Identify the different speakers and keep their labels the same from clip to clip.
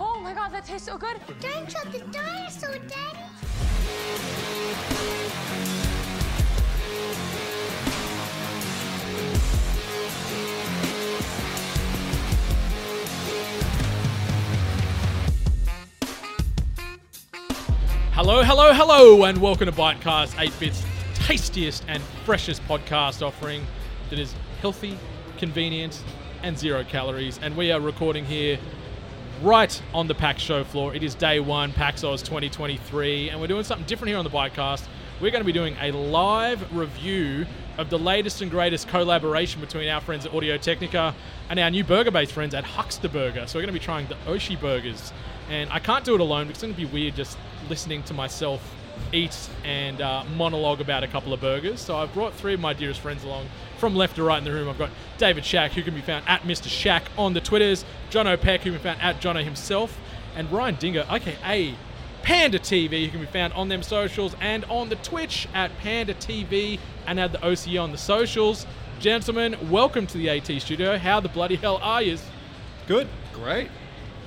Speaker 1: Oh my god, that tastes so good.
Speaker 2: Don't shut the dinosaur, Daddy.
Speaker 3: Hello, hello, hello, and welcome to Bitecast 8-Bit's tastiest and freshest podcast offering that is healthy, convenient, and zero calories. And we are recording here right on the PAX show floor. It is day one, PAX Oz 2023, and we're doing something different here on the Bitecast. We're going to be doing a live review of the latest and greatest collaboration between our friends at Audio Technica and our new burger based friends at Huckster Burger. So, we're going to be trying the Oshi burgers. And I can't do it alone because it's going to be weird just listening to myself eat and uh, monologue about a couple of burgers. So, I've brought three of my dearest friends along from left to right in the room. I've got David Shack, who can be found at Mr. Shack on the Twitters, John O'Peck, who can be found at Jono himself, and Ryan Dinger, aka Panda TV. You can be found on them socials and on the Twitch at Panda TV and at the OCE on the socials. Gentlemen, welcome to the AT studio. How the bloody hell are you?
Speaker 4: Good.
Speaker 5: Great.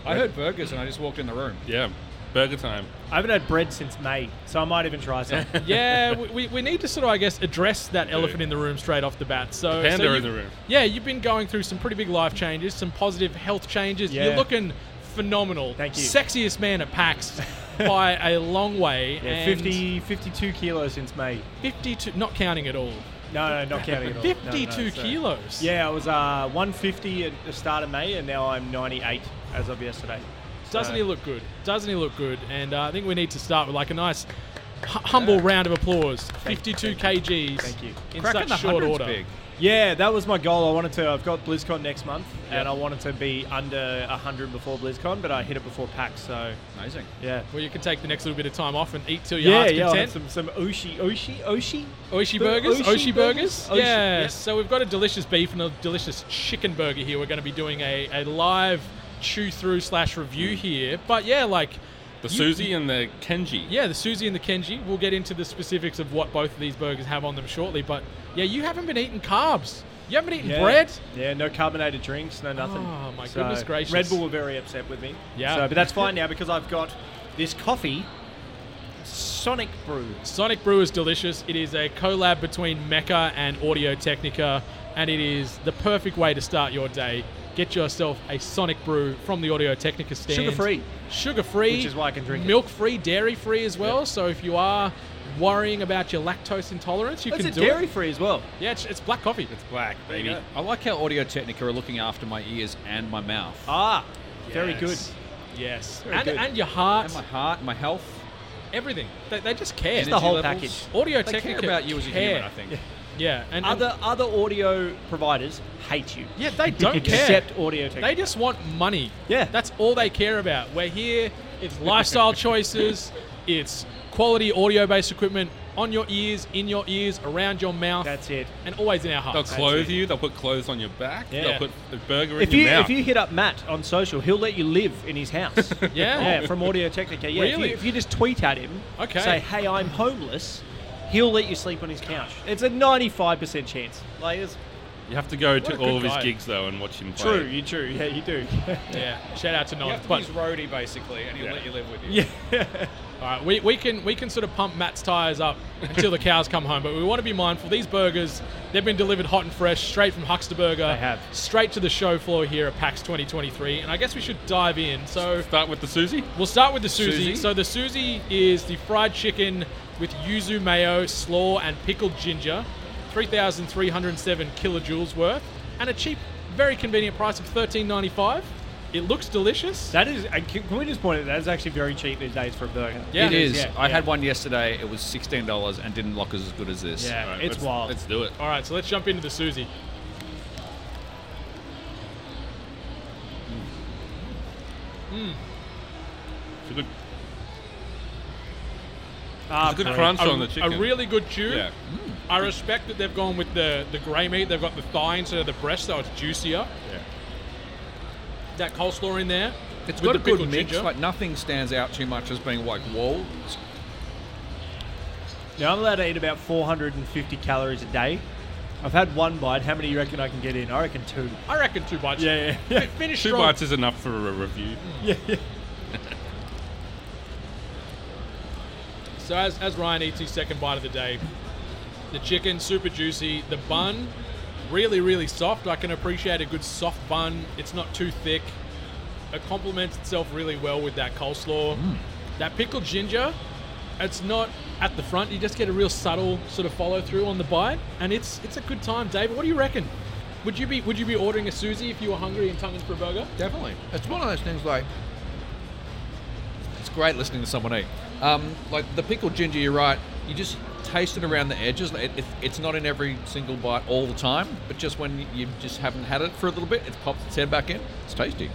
Speaker 5: I heard burgers and I just walked in the room.
Speaker 6: Yeah, burger time.
Speaker 4: I haven't had bread since May, so I might even try some.
Speaker 3: Yeah, we- we, we need to sort of, I guess, address that elephant in the room straight off the bat. So,
Speaker 6: The panda
Speaker 3: so
Speaker 6: in
Speaker 3: you-
Speaker 6: the room.
Speaker 3: Yeah, you've been going through some pretty big life changes, some positive health changes. You're
Speaker 4: Yeah.
Speaker 3: looking phenomenal.
Speaker 4: Thank you.
Speaker 3: Sexiest man at PAX by a long way.
Speaker 4: yeah,
Speaker 3: and
Speaker 4: 50, 52 kilos since May.
Speaker 3: 52, not counting at all.
Speaker 4: No, no, not counting at all. Oh, No, no,
Speaker 3: 52
Speaker 4: so-
Speaker 3: kilos.
Speaker 4: Yeah, I was uh, 150 at the start of May, and now I'm 98 as of yesterday.
Speaker 3: Doesn't
Speaker 4: So-
Speaker 3: he look good? Doesn't he look good? And uh, I think we need to start with like a nice, hu- humble round of applause. 52 kgs.
Speaker 4: Thank you.
Speaker 3: In
Speaker 5: Cracking the
Speaker 3: such short
Speaker 5: hundreds
Speaker 3: order.
Speaker 5: big.
Speaker 4: Yeah, that was my goal. I wanted to. I've got BlizzCon next month, and I wanted to be under 100 before BlizzCon, but I hit it before PAX, so
Speaker 5: Amazing.
Speaker 4: yeah.
Speaker 3: Well, you can take the next little bit of time off and eat till your
Speaker 4: Yeah,
Speaker 3: heart's
Speaker 4: yeah, I had
Speaker 3: content.
Speaker 4: some some Oshi, Oshi, Oshi,
Speaker 3: Oishi
Speaker 4: Bu-
Speaker 3: burgers,
Speaker 4: Oishi
Speaker 3: Oishi burgers,
Speaker 4: burgers? Oishi,
Speaker 3: yeah.
Speaker 4: yep.
Speaker 3: So we've got a delicious beef and a delicious chicken burger here. We're going to be doing a, a live chew through slash
Speaker 4: Mm.
Speaker 3: review here. But yeah, like you-
Speaker 6: The Susie and the Kenji.
Speaker 3: Yeah, the Susie and the Kenji. We'll get into the specifics of what both of these burgers have on them shortly. But yeah, you haven't been eating carbs. You haven't been eating
Speaker 4: Yeah.
Speaker 3: bread.
Speaker 4: Yeah, no carbonated drinks, no nothing.
Speaker 3: Oh, my goodness gracious.
Speaker 4: Red Bull were very upset with me.
Speaker 3: Yeah.
Speaker 4: So, but that's fine now because I've got this coffee, Sonic Brew.
Speaker 3: Sonic Brew is delicious. It is a collab between Mecca and Audio Technica, and it is the perfect way to start your day. Get yourself a Sonic Brew from the Audio Technica stand.
Speaker 4: Sugar-free.
Speaker 3: Sugar free.
Speaker 4: Which is why I can drink it.
Speaker 3: Milk free, dairy free as well. So if you are worrying about your lactose intolerance, you
Speaker 4: It's
Speaker 3: can do
Speaker 4: dairy
Speaker 3: it.
Speaker 4: free as well.
Speaker 3: Yeah, it's, it's black coffee.
Speaker 6: It's black, baby.
Speaker 4: go.
Speaker 5: I like how Audio Technica are looking after my ears and my mouth.
Speaker 4: Ah, very good.
Speaker 3: Yes. Yes.
Speaker 4: Very
Speaker 3: And,
Speaker 4: good.
Speaker 3: and your heart,
Speaker 5: And my heart, my health.
Speaker 3: everything. They, they just care.
Speaker 4: the whole
Speaker 5: energy levels.
Speaker 4: package.
Speaker 3: Audio
Speaker 5: They care
Speaker 3: Technica
Speaker 5: about you as a human, I think.
Speaker 3: Yeah. And, and-
Speaker 4: Other other audio providers hate you.
Speaker 3: yeah, they don't care.
Speaker 4: Except Audio
Speaker 3: They
Speaker 4: Technica.
Speaker 3: just want money.
Speaker 4: Yeah.
Speaker 3: That's all they care about. We're here, it's lifestyle choices, it's quality audio based equipment on your ears, in your ears, around your mouth.
Speaker 4: That's it.
Speaker 3: And always in our
Speaker 6: They'll
Speaker 3: hearts.
Speaker 6: clothe
Speaker 4: it.
Speaker 6: you. They'll put clothes on your back.
Speaker 4: Yeah.
Speaker 6: They'll put the burger in
Speaker 4: If
Speaker 6: your
Speaker 4: you
Speaker 6: mouth.
Speaker 4: if you hit up Matt on social, he'll let you live in his house.
Speaker 3: Yeah.
Speaker 4: yeah, from Audio Technica. Yeah, if,
Speaker 3: Really?
Speaker 4: you, if you just tweet at him,
Speaker 3: Okay.
Speaker 4: say, "Hey, I'm homeless," he'll let you sleep on his couch. It's a 95% chance. Like it's
Speaker 6: You have to go
Speaker 3: What a
Speaker 6: to
Speaker 3: good
Speaker 6: all of his
Speaker 3: guy.
Speaker 6: gigs though and watch him play.
Speaker 4: true. You true. Yeah, you do.
Speaker 3: Yeah. Shout out to
Speaker 5: You
Speaker 3: Nine.
Speaker 5: have to
Speaker 3: But
Speaker 5: use roadie basically, and he'll
Speaker 6: Yeah.
Speaker 5: let you live with you.
Speaker 4: yeah.
Speaker 3: all right, uh, we, we can we can sort of pump Matt's tires up until the cows come home, but we want to be mindful. These burgers, they've been delivered hot and fresh, straight from Huckster Burger.
Speaker 4: They have.
Speaker 3: Straight to the show floor here at PAX 2023. And I guess we should dive in. So
Speaker 6: Start with the Susie.
Speaker 3: We'll start with the Susie.
Speaker 6: Suzy.
Speaker 3: So the Susie is the fried chicken with yuzu mayo, slaw, and pickled ginger, 3,307 kilojoules worth, and a cheap, very convenient price of 13.95. It looks delicious.
Speaker 4: That is. and Can, can we just point out that is actually very cheap these days for a burger.
Speaker 3: Yeah,
Speaker 5: it
Speaker 3: it
Speaker 5: is.
Speaker 3: is,
Speaker 5: I had one yesterday. It was sixteen dollars and didn't look as good as this.
Speaker 4: Yeah,
Speaker 6: All right,
Speaker 4: it's
Speaker 6: let's-
Speaker 4: wild.
Speaker 6: Let's do it.
Speaker 3: All right, so let's jump into the Susie.
Speaker 6: It's a good,
Speaker 4: Ah,
Speaker 6: it's a good
Speaker 4: mate.
Speaker 6: crunch
Speaker 3: a,
Speaker 6: on the chicken.
Speaker 3: a really good chew.
Speaker 6: Yeah.
Speaker 3: I respect that they've gone with the, the grey meat. They've got the thigh instead of the breast, so it's juicier.
Speaker 6: Yeah.
Speaker 3: That coleslaw in there.
Speaker 5: It's
Speaker 3: with
Speaker 5: got a
Speaker 3: the
Speaker 5: good
Speaker 3: pickled
Speaker 5: mix.
Speaker 3: ginger.
Speaker 5: Like nothing stands out too much as being like whoa. It's
Speaker 4: Now I'm allowed to eat about 450 calories a day. I've had one bite. How many do you reckon I can get in? I reckon two.
Speaker 3: I reckon two bites.
Speaker 4: Yeah, yeah, yeah.
Speaker 3: Finish
Speaker 6: Two
Speaker 3: strong.
Speaker 6: bites is enough for a review.
Speaker 3: So as, as Ryan eats his second bite of the day, the chicken super juicy, the bun really really soft. I can appreciate a good soft bun. It's not too thick. It complements itself really well with that coleslaw. That pickled ginger, it's not at the front. You just get a real subtle sort of follow through on the bite, and it's it's a good time. David, what do you reckon? Would you be would you be ordering a Susie if you were hungry and tonguing for a burger?
Speaker 5: Definitely. It's one of those things like it's great listening to someone eat. Um, like the pickled ginger, you're right. You just taste it around the edges. It, it, it's not in every single bite all the time, but just when you just haven't had it for a little bit, it pops its head back in. It's tasty.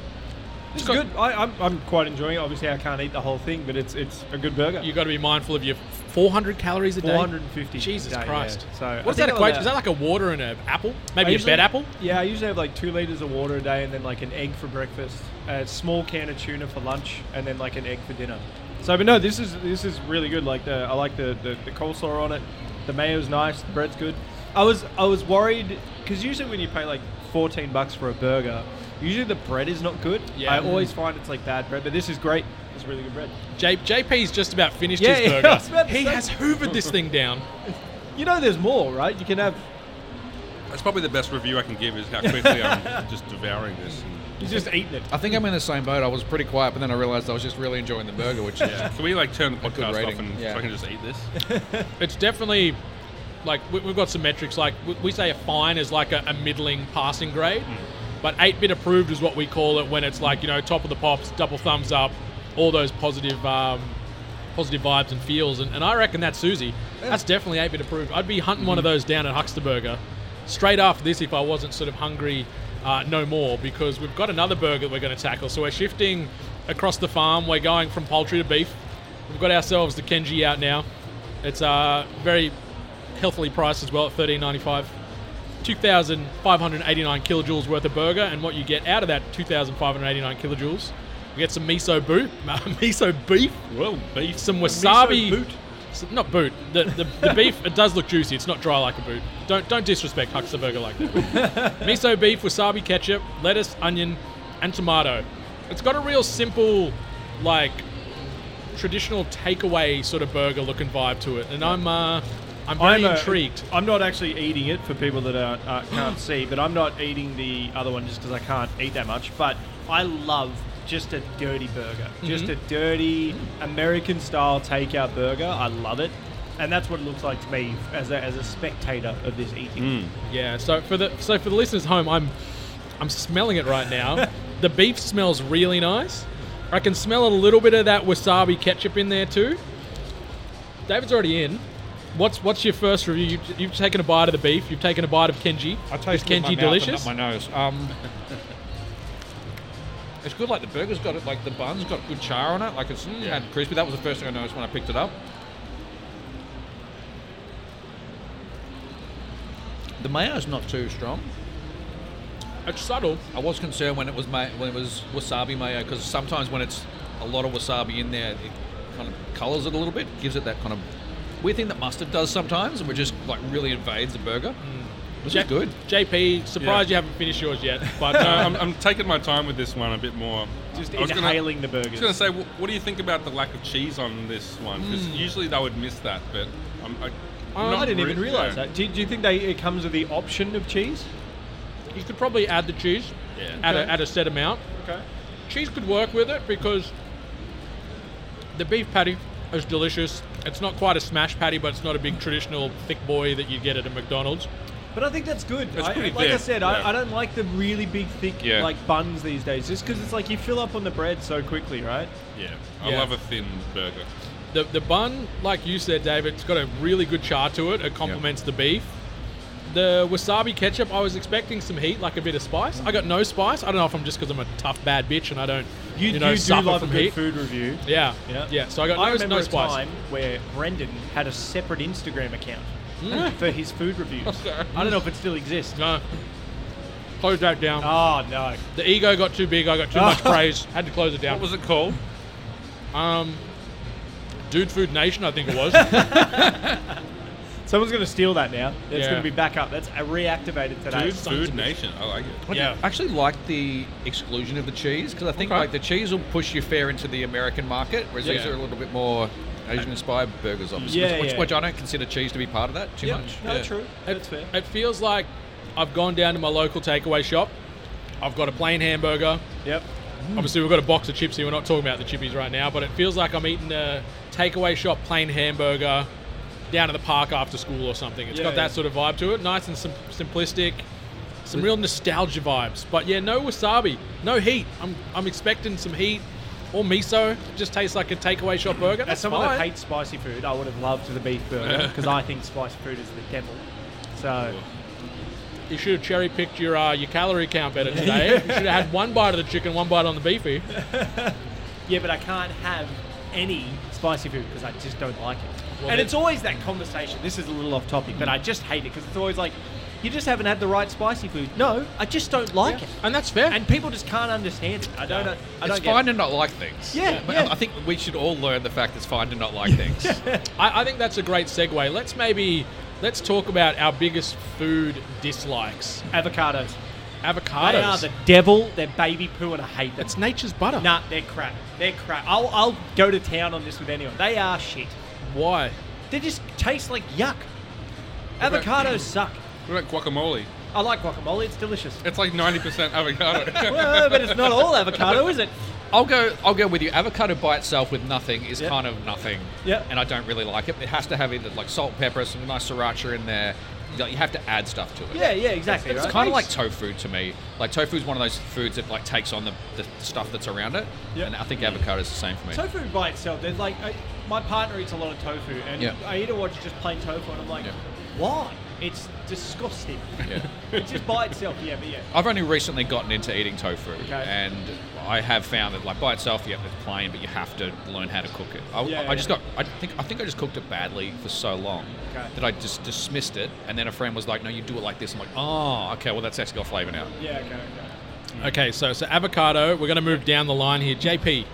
Speaker 4: It's good. I, I'm, I'm quite enjoying it. Obviously, I can't eat the whole thing, but it's it's a good burger.
Speaker 3: You got to be mindful of your 400 calories a day.
Speaker 4: 450
Speaker 3: Jesus
Speaker 4: a day,
Speaker 3: Christ.
Speaker 4: yeah. So,
Speaker 3: what does that
Speaker 4: I think
Speaker 3: equate?
Speaker 4: I'll,
Speaker 3: to?
Speaker 4: uh,
Speaker 3: Is that like a water and an apple?
Speaker 4: I
Speaker 3: Maybe a
Speaker 4: usually-
Speaker 3: bed apple?
Speaker 4: Yeah, I usually have like two liters of water a day, and then like an egg for breakfast, a small can of tuna for lunch, and then like an egg for dinner. So, but no, this is this is really good. Like the I like the the, the coleslaw on it. The mayo's nice. The bread's good. I was I was worried because usually when you pay like fourteen bucks for a burger, usually the bread is not good.
Speaker 3: Yeah.
Speaker 4: I always find it's like bad bread, but this is great. It's really good bread.
Speaker 3: J- JP's just about finished
Speaker 4: Yeah,
Speaker 3: his
Speaker 4: yeah, I
Speaker 3: burger.
Speaker 4: was about to
Speaker 3: he
Speaker 4: say.
Speaker 3: has hoovered this thing down.
Speaker 4: You know, there's more, right? You can have
Speaker 6: That's probably the best review I can give is how quickly I'm just devouring this. And
Speaker 4: you're just eating it.
Speaker 5: I think I'm in the same boat. I was pretty quiet, but then I realised I was just really enjoying the burger, which is
Speaker 6: Can we like turn the podcast off
Speaker 5: rating,
Speaker 6: and
Speaker 5: yeah.
Speaker 6: so I can just eat this?
Speaker 3: It's definitely like we, we've got some metrics. Like we, we say a fine is like a, a middling passing grade, but eight bit approved is what we call it when it's like you know top of the pops, double thumbs up, all those positive um, positive vibes and feels. And, and I reckon that's Susie. That's definitely eight bit approved. I'd be hunting one of those down at Huxterburger straight after this if I wasn't sort of hungry. Uh, no more because we've got another burger that we're going to tackle. So we're shifting across the farm. We're going from poultry to beef. We've got ourselves the Kenji out now. It's uh, very healthily priced as well at thirteen ninety five. 2,589 kilojoules worth of burger, and what you get out of that 2,589 kilojoules, you get some miso boot, miso beef,
Speaker 6: Well, beef.
Speaker 3: some wasabi.
Speaker 4: boot?
Speaker 3: S- Not boot. The, the, the beef. It does look juicy. It's not dry like a boot. Don't don't disrespect Huxley Burger like that. Miso beef, wasabi, ketchup, lettuce, onion, and tomato. It's got a real simple, like traditional takeaway sort of burger looking vibe to it, and I'm uh, I'm very
Speaker 4: uh,
Speaker 3: intrigued.
Speaker 4: I'm not actually eating it for people that are, uh, can't see, but I'm not eating the other one just because I can't eat that much. But I love just a dirty burger,
Speaker 6: Mm-hmm.
Speaker 4: just a dirty American style takeout burger. I love it, and that's what it looks like to me as a, as a spectator of this eating.
Speaker 3: Yeah. So for the so for the listeners at home, I'm I'm smelling it right now. the beef smells really nice. I can smell a little bit of that wasabi ketchup in there too. David's already in. What's what's your first review? You've, you've taken a bite of the beef. You've taken a bite of Kenji.
Speaker 5: I taste
Speaker 3: Is
Speaker 5: it
Speaker 3: Kenji
Speaker 5: with my mouth and
Speaker 3: delicious?
Speaker 5: not my nose. Um, it's good. Like the burger's got it. Like the bun's got good char on it. Like it's mm,
Speaker 6: Yeah.
Speaker 5: had crispy. That was the first thing I noticed when I picked it up. The mayo's not too strong.
Speaker 3: It's subtle.
Speaker 5: I was concerned when it was ma- when it was wasabi mayo because sometimes when it's a lot of wasabi in there, it kind of colours it a little bit, gives it that kind of weird thing that mustard does sometimes, and it just like really invades the burger. Which
Speaker 3: J-
Speaker 5: is good.
Speaker 3: JP, surprised you haven't finished yours yet, but
Speaker 6: No,
Speaker 3: uh,
Speaker 6: I'm, I'm taking my time with this one a bit more.
Speaker 4: Just
Speaker 6: Mm. I was gonna-
Speaker 4: inhaling the
Speaker 6: I was
Speaker 4: burgers.
Speaker 6: going to say, wh- what do you think about the lack of cheese on this one? Because usually they would miss that, but I'm, I,
Speaker 3: Oh,
Speaker 6: not
Speaker 4: Hmm. I didn't even
Speaker 6: re-
Speaker 4: realize
Speaker 6: yeah.
Speaker 4: that. Do, do you think they it comes with the option of cheese?
Speaker 3: you could probably add the cheese
Speaker 6: Yeah.
Speaker 3: at, a,
Speaker 4: Okay.
Speaker 3: at a set amount.
Speaker 4: Okay.
Speaker 3: cheese could work with it because the beef patty is delicious. It's not quite a smash patty, but it's not a big traditional thick boy that you get at a McDonald's.
Speaker 4: But I think that's good.
Speaker 6: It's
Speaker 4: I,
Speaker 6: pretty
Speaker 4: like I
Speaker 6: thick,
Speaker 4: said,
Speaker 6: yeah.
Speaker 4: I, I don't like the really big, thick
Speaker 6: Yeah.
Speaker 4: like buns these days, just because it's like you fill up on the bread so quickly, right?
Speaker 6: Yeah, I
Speaker 3: Yeah.
Speaker 6: love a thin burger.
Speaker 3: The the bun, like you said, David, it's got a really good char to it. It complements the beef. The wasabi ketchup, I was expecting some heat, like a bit of spice. I got no spice. I don't know if I'm just because I'm a tough bad bitch and I don't, you,
Speaker 4: You,
Speaker 3: know,
Speaker 4: you do
Speaker 3: suffer
Speaker 4: love a
Speaker 3: from
Speaker 4: good
Speaker 3: heat.
Speaker 4: food review.
Speaker 3: Yeah, yeah,
Speaker 4: Yeah.
Speaker 3: So I got no,
Speaker 4: I remember
Speaker 3: no
Speaker 4: a
Speaker 3: spice.
Speaker 4: time where Brendan had a separate Instagram account
Speaker 3: Mm.
Speaker 4: for his food reviews. I don't know if it still exists.
Speaker 3: No. Close Uh, that down.
Speaker 4: Oh no!
Speaker 3: the ego got too big. I got too much praise. Had to close it down.
Speaker 6: What was it called?
Speaker 3: Um, Dude Food Nation, I think it was.
Speaker 4: Someone's gonna steal that now. It's
Speaker 3: Yeah.
Speaker 4: gonna be back up. That's uh, reactivated today.
Speaker 6: Dude, Food Nation. I like it.
Speaker 5: I
Speaker 3: Yeah.
Speaker 5: actually like the exclusion of the cheese because I think
Speaker 3: Okay.
Speaker 5: like the cheese will push you fair into the American market, whereas these
Speaker 3: Yeah.
Speaker 5: are a little bit more Asian inspired burgers, obviously,
Speaker 4: Yeah,
Speaker 5: which,
Speaker 4: yeah.
Speaker 5: which I don't consider cheese to be part of that too
Speaker 4: Yeah,
Speaker 5: much.
Speaker 4: no,
Speaker 5: Yeah.
Speaker 4: true. That's fair.
Speaker 3: It feels like I've gone down to my local takeaway shop. I've got a plain hamburger.
Speaker 4: Yep.
Speaker 3: Obviously, we've got a box of chips here. We're not talking about the chippies right now, but it feels like I'm eating a takeaway shop plain hamburger down at the park after school or something. It's
Speaker 4: Yeah,
Speaker 3: got
Speaker 4: yeah.
Speaker 3: that sort of vibe to it. Nice and sim- simplistic. Some real nostalgia vibes. But yeah, no wasabi, no heat. I'm, I'm expecting some heat or miso. It just tastes like a takeaway shop burger.
Speaker 4: As
Speaker 3: That's
Speaker 4: someone
Speaker 3: fine.
Speaker 4: that hates spicy food, I would have loved the beef burger because I think spicy food is the devil. So
Speaker 3: You should have cherry picked your uh, your calorie count better today. You should have had one bite of the chicken, one bite on the beefy.
Speaker 4: yeah, but I can't have any spicy food because I just don't like it.
Speaker 3: Well,
Speaker 4: and
Speaker 3: then-
Speaker 4: it's always that conversation. This is a little off topic, but I just hate it because it's always like, you just haven't had the right spicy food. No, I just don't like it.
Speaker 3: And that's fair.
Speaker 4: And people just can't understand it. I don't. know. I
Speaker 5: It's
Speaker 4: don't
Speaker 5: fine
Speaker 4: Get
Speaker 5: to not like things.
Speaker 4: Yeah,
Speaker 5: But
Speaker 4: yeah.
Speaker 5: I think we should all learn the fact it's fine to not like things.
Speaker 3: I, I think that's a great segue. Let's maybe let's talk about our biggest food dislikes.
Speaker 4: it. Avocados.
Speaker 3: Avocados.
Speaker 4: They are the devil. They're baby poo, and I hate them.
Speaker 3: that's nature's butter.
Speaker 4: Nah, they're crap. They're crap. I'll, I'll go to town on this with anyone. They are shit.
Speaker 3: Why?
Speaker 4: They just taste like yuck. Avocados suck.
Speaker 6: What about guacamole?
Speaker 4: I like guacamole. It's delicious.
Speaker 6: It's like 90% avocado.
Speaker 4: well, but it's not all avocado, is it?
Speaker 5: I'll go. I'll go with you. Avocado by itself with nothing is
Speaker 4: Yep.
Speaker 5: kind of nothing.
Speaker 4: Yep.
Speaker 5: And I don't really like it. It has to have either like salt, pepper, some nice sriracha in there. You know, you have to add stuff to it.
Speaker 4: Yeah, yeah, exactly.
Speaker 5: It's
Speaker 4: right?
Speaker 5: kind of like tofu to me. Like tofu is one of those foods that like takes on the, the stuff that's around it.
Speaker 4: Yep.
Speaker 5: And I think avocado is the same for me.
Speaker 4: tofu by itself. There's like I, my partner eats a lot of tofu, and
Speaker 5: Yeah.
Speaker 4: I eat a watch just plain tofu, and I'm like,
Speaker 5: Yeah.
Speaker 4: why? It's disgusting.
Speaker 5: Yeah.
Speaker 4: it's just by itself. Yeah, but yeah.
Speaker 5: I've only recently gotten into eating tofu,
Speaker 4: Okay.
Speaker 5: and I have found that like by itself, yeah, it's plain, but you have to learn how to cook it. I,
Speaker 4: Yeah,
Speaker 5: I just
Speaker 4: yeah.
Speaker 5: got, I think, I think I just cooked it badly for so long
Speaker 4: Okay.
Speaker 5: that I just dismissed it, and then a friend was like, "No, you do it like this." I'm like, "Oh, okay, well that's actually got flavour now."
Speaker 4: Yeah. Okay. okay.
Speaker 3: Okay, so so avocado. We're going to move down the line here. JP,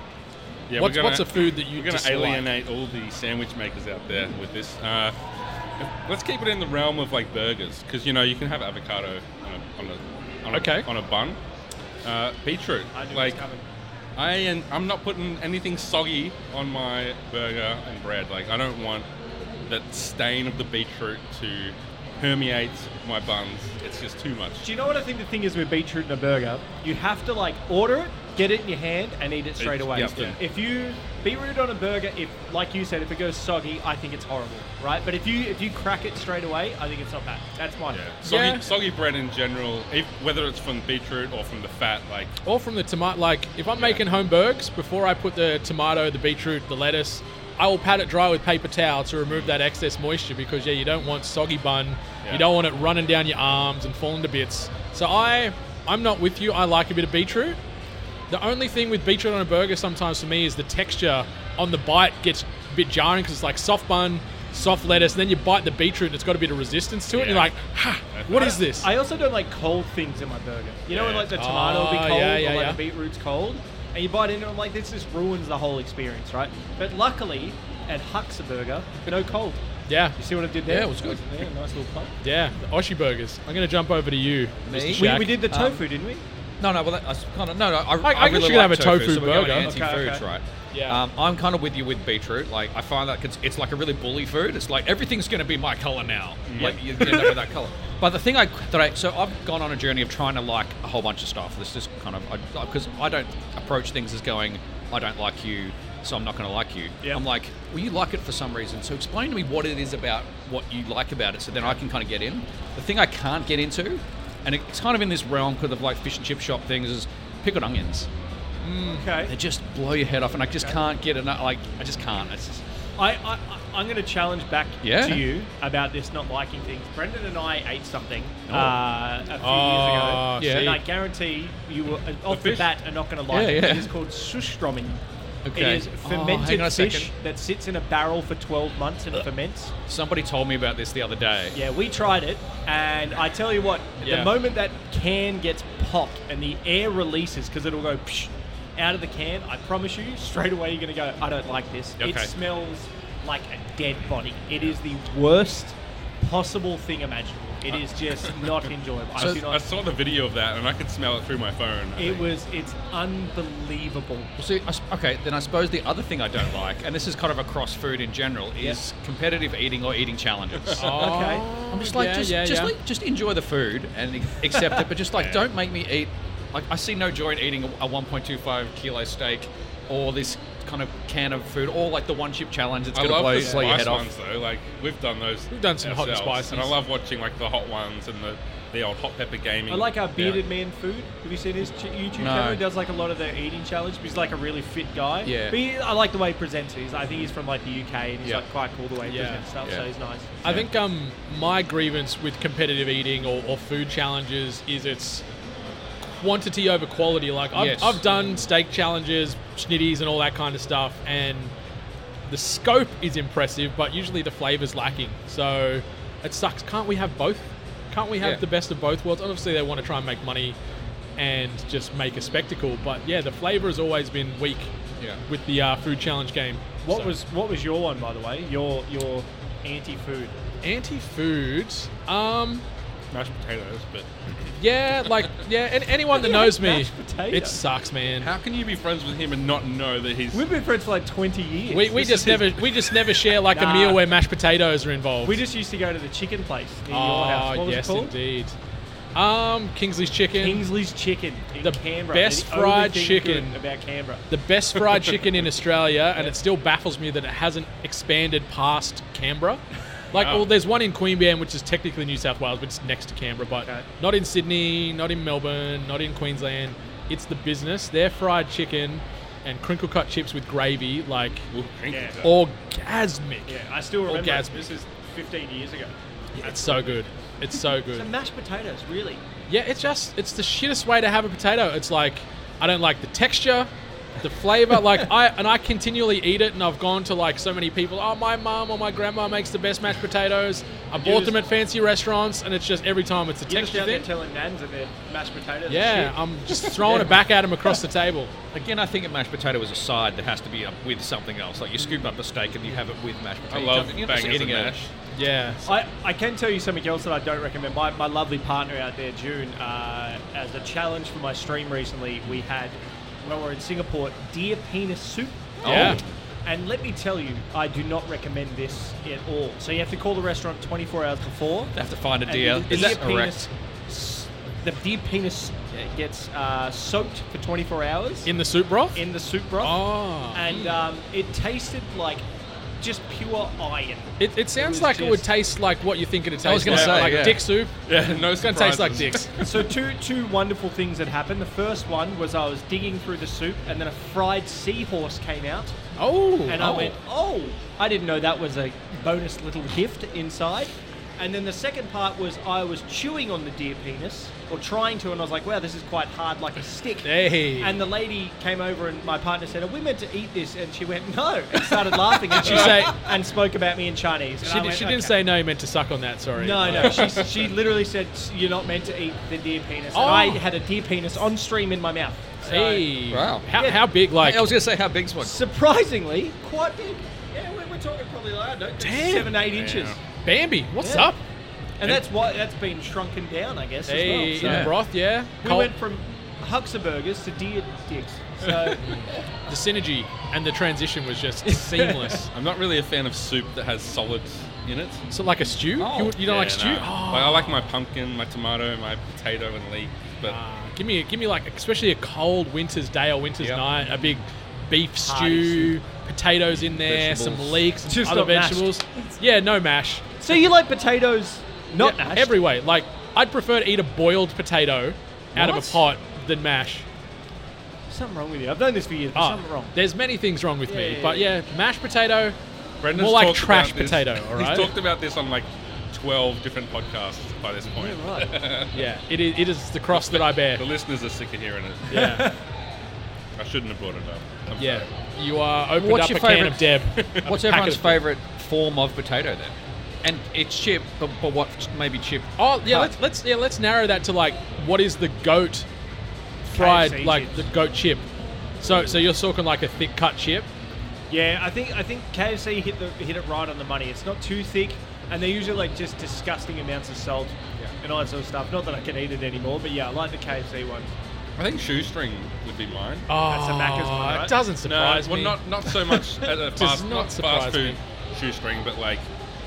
Speaker 6: Yeah,
Speaker 3: what's,
Speaker 6: we're gonna-
Speaker 3: what's a food that you
Speaker 6: You're going to
Speaker 3: dislike?
Speaker 6: alienate all the sandwich makers out there with this. Uh, let's keep it in the realm of like burgers, because you know you can have avocado on a on a, on a,
Speaker 3: Okay.
Speaker 6: on a bun. Uh, beetroot,
Speaker 4: I knew
Speaker 6: like
Speaker 4: it was coming.
Speaker 6: I and I'm not putting anything soggy on my burger and bread. Like I don't want that stain of the beetroot to permeate my buns. It's just too much.
Speaker 4: Do you know what I think the thing is with beetroot in a burger? You have to like order it, get it in your hand, and eat it straight
Speaker 6: It's-
Speaker 4: away.
Speaker 6: yeah, yeah.
Speaker 4: If you beetroot on a burger, if like you said, if it goes soggy, I think it's horrible, right? But if you if you crack it straight away, I think it's not bad. That's mine.
Speaker 6: Yeah. Soggy,
Speaker 3: Yeah.
Speaker 6: soggy bread in general, if, whether it's from beetroot or from the fat, like
Speaker 3: Or from the tomato. Like if I'm making home burgers, before I put the tomato, the beetroot, the lettuce, I will pat it dry with paper towel to remove that excess moisture because yeah, you don't want soggy bun.
Speaker 6: Yeah.
Speaker 3: You don't want it running down your arms and falling to bits. So I, I'm not with you. I like a bit of beetroot. The only thing with beetroot on a burger sometimes for me is the texture on the bite gets a bit jarring because it's like soft bun, soft lettuce, and then you bite the beetroot and it's got a bit of resistance to it. And you're
Speaker 6: Yeah.
Speaker 3: like, ha, what is this?
Speaker 4: I also don't like cold things in my burger. You know when
Speaker 6: Yeah.
Speaker 4: like the tomato will be
Speaker 3: Oh,
Speaker 4: cold
Speaker 3: yeah, yeah,
Speaker 4: or like
Speaker 3: yeah.
Speaker 4: the beetroot's cold, and you bite into it, I'm like, this just ruins the whole experience, right? But luckily, at Huxa Burger, no cold.
Speaker 3: yeah.
Speaker 4: You see what I did there?
Speaker 5: Yeah, it was good.
Speaker 4: Yeah, nice little plug.
Speaker 3: Yeah, the Oshi burgers. I'm going to jump over to you,
Speaker 5: Me?
Speaker 3: Mr.
Speaker 4: We,
Speaker 3: Shaq.
Speaker 4: we did the
Speaker 5: Um,
Speaker 4: tofu, didn't we?
Speaker 5: No, no, well, that, I kind of no, no. I,
Speaker 3: I guess
Speaker 5: really
Speaker 3: you could have
Speaker 5: like
Speaker 3: a tofu
Speaker 5: so we're going
Speaker 3: burger.
Speaker 5: anti-foods,
Speaker 4: Okay, okay.
Speaker 5: right?
Speaker 3: Yeah.
Speaker 5: Um, I'm kind of with you with beetroot. Like, I find that it's, it's like a really bully food. It's like everything's going to be my color now. Like, you end up with that color. But the thing I that I so I've gone on a journey of trying to like a whole bunch of stuff. This just kind of because I, don't approach things as going, I don't like you, so I'm not going to like you.
Speaker 4: Yeah.
Speaker 5: I'm like, well, you like it for some reason. So explain to me what it is about what you like about it, so then I can kind of get in. The thing I can't get into, and it's kind of in this realm kind of like fish and chip shop things, is pickled onions.
Speaker 4: Okay.
Speaker 5: They just blow your head off, and I just can't get enough. Like, I just can't. It's just,
Speaker 4: I, I, I- I'm going to challenge back
Speaker 5: Yeah.
Speaker 4: to you about this not liking things. Brendan and I ate something
Speaker 5: Oh. Ah,
Speaker 4: uh, a few
Speaker 3: Oh,
Speaker 4: years ago,
Speaker 5: see.
Speaker 4: and I guarantee you were uh, off the,
Speaker 6: fish?
Speaker 4: bat are not going to like
Speaker 5: Yeah,
Speaker 4: it.
Speaker 5: yeah.
Speaker 4: It is called sushstromming.
Speaker 5: Okay.
Speaker 4: It is
Speaker 5: Oh,
Speaker 4: fermented
Speaker 5: hang on a
Speaker 4: fish
Speaker 5: second.
Speaker 4: that sits in a barrel for 12 months and ferments.
Speaker 5: Somebody told me about this the other day.
Speaker 4: Yeah, we tried it, and I tell you what,
Speaker 5: Yeah.
Speaker 4: the moment that can gets popped and the air releases because it'll go psh, out of the can, I promise you, straight away you're going to go, I don't like this.
Speaker 6: Okay.
Speaker 4: It smells like a dead body. It is the worst possible thing imaginable. It is just not enjoyable.
Speaker 5: Uh, So-
Speaker 4: I do
Speaker 6: I
Speaker 4: not.
Speaker 6: saw the video of that and I could smell it through my phone. I
Speaker 4: It
Speaker 6: think.
Speaker 4: was. It's unbelievable.
Speaker 1: Well, see, I s okay, then I suppose the other thing I don't like, and this is kind of across food in general, is competitive eating or eating challenges.
Speaker 6: Oh,
Speaker 5: Oh.
Speaker 4: Okay.
Speaker 1: I'm just like,
Speaker 3: yeah,
Speaker 1: just,
Speaker 3: yeah,
Speaker 1: just
Speaker 3: yeah.
Speaker 1: like, just enjoy the food and ac- accept it, but just like, don't make me eat. Like, I see no joy in eating a, a 1.25 kilo steak or this kind of can of food or like the one chip challenge that's
Speaker 6: I
Speaker 1: going to
Speaker 6: love
Speaker 1: blow,
Speaker 6: the
Speaker 1: blow your
Speaker 6: spice
Speaker 1: head off.
Speaker 6: ones though. Like we've done those.
Speaker 3: We've done some hot and
Speaker 6: ourselves, And I
Speaker 3: spices.
Speaker 6: love watching like the hot ones and the, the old hot pepper gaming.
Speaker 4: I like our bearded
Speaker 6: Yeah.
Speaker 4: man food. Have you seen his ch- YouTube
Speaker 1: No.
Speaker 4: channel? He does like a lot of the eating challenge. But he's like a really fit guy.
Speaker 1: Yeah.
Speaker 4: But he, I like the way he presents. it. He's, I think he's from like the UK and he's
Speaker 1: Yeah.
Speaker 4: like quite cool the way he
Speaker 3: Yeah.
Speaker 4: presents stuff.
Speaker 1: Yeah.
Speaker 4: So he's nice.
Speaker 3: I think um, my grievance with competitive eating or, or food challenges is it's quantity over quality. Like I've,
Speaker 1: Yes.
Speaker 3: I've done steak challenges, schnitties, and all that kind of stuff, and the scope is impressive, but usually the flavor's lacking. So it sucks. Can't we have both? Can't we have
Speaker 1: Yeah.
Speaker 3: the best of both worlds? Obviously, they want to try and make money and just make a spectacle, but yeah, the flavor has always been weak
Speaker 1: Yeah.
Speaker 3: with the uh, food challenge game.
Speaker 4: What
Speaker 3: So-
Speaker 4: was what was your one by the way? Your your anti-food.
Speaker 3: anti-food? Um.
Speaker 6: mashed potatoes, but
Speaker 3: Yeah, like yeah, and anyone that knows me,
Speaker 4: Mashed potato.
Speaker 3: it sucks, man.
Speaker 6: how can you be friends with him and not know that he's?
Speaker 4: We've been friends for like 20 years.
Speaker 3: We, we
Speaker 4: This
Speaker 3: just
Speaker 4: is-
Speaker 3: never we just never share like a
Speaker 4: Nah.
Speaker 3: meal where mashed potatoes are involved.
Speaker 4: We just used to go to the chicken place near your house.
Speaker 3: oh
Speaker 4: What was
Speaker 3: yes,
Speaker 4: it called?
Speaker 3: indeed. Um, Kingsley's chicken.
Speaker 4: Kingsley's Chicken in
Speaker 3: The
Speaker 4: Canberra.
Speaker 3: best
Speaker 4: They're the only
Speaker 3: fried
Speaker 4: thing
Speaker 3: chicken.
Speaker 4: good about Canberra.
Speaker 3: the best fried chicken in Australia, and it still baffles me that it hasn't expanded past Canberra. Like,
Speaker 6: Wow.
Speaker 3: well, there's one in Queanbeyan, which is technically New South Wales, but it's next to Canberra, but
Speaker 4: Okay.
Speaker 3: not in Sydney, not in Melbourne, not in Queensland. It's the business. Their fried chicken and crinkle cut chips with gravy, like
Speaker 6: We'll drink it.
Speaker 4: Yeah.
Speaker 3: orgasmic.
Speaker 4: Yeah, I still remember.
Speaker 3: Orgasmic.
Speaker 4: This is 15 years ago.
Speaker 3: It's so good. It's so
Speaker 4: So
Speaker 3: good.
Speaker 4: mashed potatoes, really?
Speaker 3: Yeah, it's just it's the shittest way to have a potato. It's like I don't like the texture, the flavor. like I and I continually eat it, and I've gone to like so many people. Oh, my mom or my grandma makes the best mashed potatoes. I bought
Speaker 4: just-
Speaker 3: them at fancy restaurants, and it's just every time it's a
Speaker 4: You're just
Speaker 3: texture
Speaker 4: out there
Speaker 3: thing.
Speaker 4: telling nans that they're mashed potatoes. are
Speaker 3: Yeah,
Speaker 4: shit.
Speaker 1: um,
Speaker 3: I'm just throwing it back at them across the table.
Speaker 1: Again, I think a mashed potato is a side that has to be up with something else. Like you scoop up a steak and you have it with mashed
Speaker 6: I
Speaker 1: potato.
Speaker 6: love
Speaker 1: You're not just
Speaker 6: bangers and
Speaker 1: eating a-
Speaker 6: mash.
Speaker 3: Yeah.
Speaker 4: I, I can tell you something else that I don't recommend. My, my lovely partner out there, June, uh, as a challenge for my stream recently, we had, when we were in Singapore, deer penis soup.
Speaker 1: Oh.
Speaker 3: Yeah.
Speaker 4: And let me tell you, I do not recommend this at all. So you have to call the restaurant 24 hours before.
Speaker 1: They have to find a
Speaker 4: and
Speaker 1: deer.
Speaker 4: The
Speaker 1: Is
Speaker 4: deer
Speaker 1: that
Speaker 4: penis,
Speaker 1: correct?
Speaker 4: s- the deer penis uh, gets uh, soaked for 24 hours
Speaker 3: In the soup broth.
Speaker 4: in the soup broth.
Speaker 3: oh.
Speaker 4: And um, it tasted like just pure iron.
Speaker 3: It, it sounds
Speaker 4: It was
Speaker 3: like it would
Speaker 4: just-
Speaker 3: taste like what you think it would taste
Speaker 1: I was gonna
Speaker 3: like,
Speaker 1: say,
Speaker 3: like
Speaker 1: yeah.
Speaker 3: dick soup.
Speaker 6: Yeah, no
Speaker 3: it's gonna taste like
Speaker 6: surprises.
Speaker 3: dicks.
Speaker 4: So two two wonderful things that happened. The first one was I was digging through the soup, and then a fried seahorse came out,
Speaker 3: Oh,
Speaker 4: and I went, "Oh, I didn't know that was a bonus little gift inside." And then the second part was I was chewing on the deer penis, or trying to, and I was like, "Wow, this is quite hard, like a stick."
Speaker 3: Hey.
Speaker 4: And the lady came over, and my partner said, "Are we meant to eat this?" And she went, "No," and started laughing, and she
Speaker 3: She say-
Speaker 4: and spoke about me in Chinese. And
Speaker 3: She,
Speaker 4: I
Speaker 3: di-
Speaker 4: went,
Speaker 3: she didn't
Speaker 4: "Okay."
Speaker 3: say no. You meant to suck on that. Sorry.
Speaker 4: No, no. She, she literally said, "You're not meant to eat the deer penis."
Speaker 3: Oh.
Speaker 4: And I had a deer penis on stream in my mouth. So,
Speaker 3: Hey.
Speaker 5: Wow.
Speaker 3: How,
Speaker 4: Yeah.
Speaker 3: how big? Like
Speaker 1: I was going to say how big's one.
Speaker 4: Surprisingly, quite big. Yeah, we're, we're talking probably like I don't know,
Speaker 3: Damn.
Speaker 4: seven, eight inches.
Speaker 6: Yeah.
Speaker 3: Bambi. What's
Speaker 4: Yeah.
Speaker 3: up?
Speaker 4: And that's why that's been shrunken down, I guess.
Speaker 3: Hey,
Speaker 4: as
Speaker 3: in
Speaker 4: well. So
Speaker 3: the broth. Yeah.
Speaker 4: We
Speaker 3: Col-
Speaker 4: went from Huxaburgers to deer dicks. So
Speaker 3: the synergy and the transition was just seamless.
Speaker 6: I'm not really a fan of soup that has solids in it.
Speaker 3: So like a stew?
Speaker 4: Oh,
Speaker 3: you, you don't
Speaker 6: Yeah,
Speaker 3: like stew?
Speaker 6: no.
Speaker 3: Oh.
Speaker 6: Like, I like my pumpkin, my tomato, my potato and leek, but
Speaker 3: Ah, give me, give me like, especially a cold winter's day or winter's
Speaker 6: Yep.
Speaker 3: night, a big beef
Speaker 4: Hearty
Speaker 3: stew, potatoes in there, some
Speaker 6: Vegetables.
Speaker 3: leeks, some
Speaker 4: Just
Speaker 3: other
Speaker 4: not mashed.
Speaker 3: vegetables. Yeah, no mash.
Speaker 4: so you like potatoes, not
Speaker 3: Yeah,
Speaker 4: mashed?
Speaker 3: Every way. Like, I'd prefer to eat a boiled potato out of a
Speaker 4: What?
Speaker 3: pot than mash.
Speaker 4: Something wrong with you. I've known this for years. But
Speaker 3: Ah,
Speaker 4: something wrong.
Speaker 3: There's many things wrong with me,
Speaker 4: Yeah,
Speaker 3: but yeah, mashed potato.
Speaker 6: Brendan's
Speaker 3: More like
Speaker 6: talked
Speaker 3: trash
Speaker 6: about this-
Speaker 3: potato, all right?
Speaker 6: He's talked about this on like 12 different podcasts by this point.
Speaker 4: Yeah, right.
Speaker 3: Yeah, it is, it is the cross that I bear.
Speaker 6: The listeners are sick of hearing it.
Speaker 3: Yeah,
Speaker 6: I shouldn't have brought it up. I'm
Speaker 3: yeah.
Speaker 6: sorry.
Speaker 3: You are opened
Speaker 1: What's
Speaker 3: up a
Speaker 1: your
Speaker 3: can of Deb.
Speaker 1: What's
Speaker 3: A packet
Speaker 1: everyone's
Speaker 3: of-
Speaker 1: favourite form of potato then? And it's chip, but, but what maybe chip?
Speaker 3: Oh yeah,
Speaker 1: cut?
Speaker 3: let's, let's yeah let's narrow that to like what is the goat fried
Speaker 4: KFC
Speaker 3: like
Speaker 4: chips.
Speaker 3: the goat chip. So so you're talking like a thick cut chip.
Speaker 4: Yeah, I think I think KFC hit the hit it right on the money. It's not too thick, and they're usually like just disgusting amounts of salt and all that sort of stuff. Not that I can eat it anymore, but yeah, I like the KFC ones.
Speaker 6: I think shoestring would be mine.
Speaker 3: Oh,
Speaker 4: That's a Macca's one,
Speaker 3: It
Speaker 4: right?
Speaker 3: doesn't surprise
Speaker 6: well,
Speaker 3: me.
Speaker 6: not not so much at a
Speaker 3: Does
Speaker 6: fast,
Speaker 3: not
Speaker 6: not
Speaker 3: surprise
Speaker 6: fast
Speaker 3: me.
Speaker 6: food shoestring, but like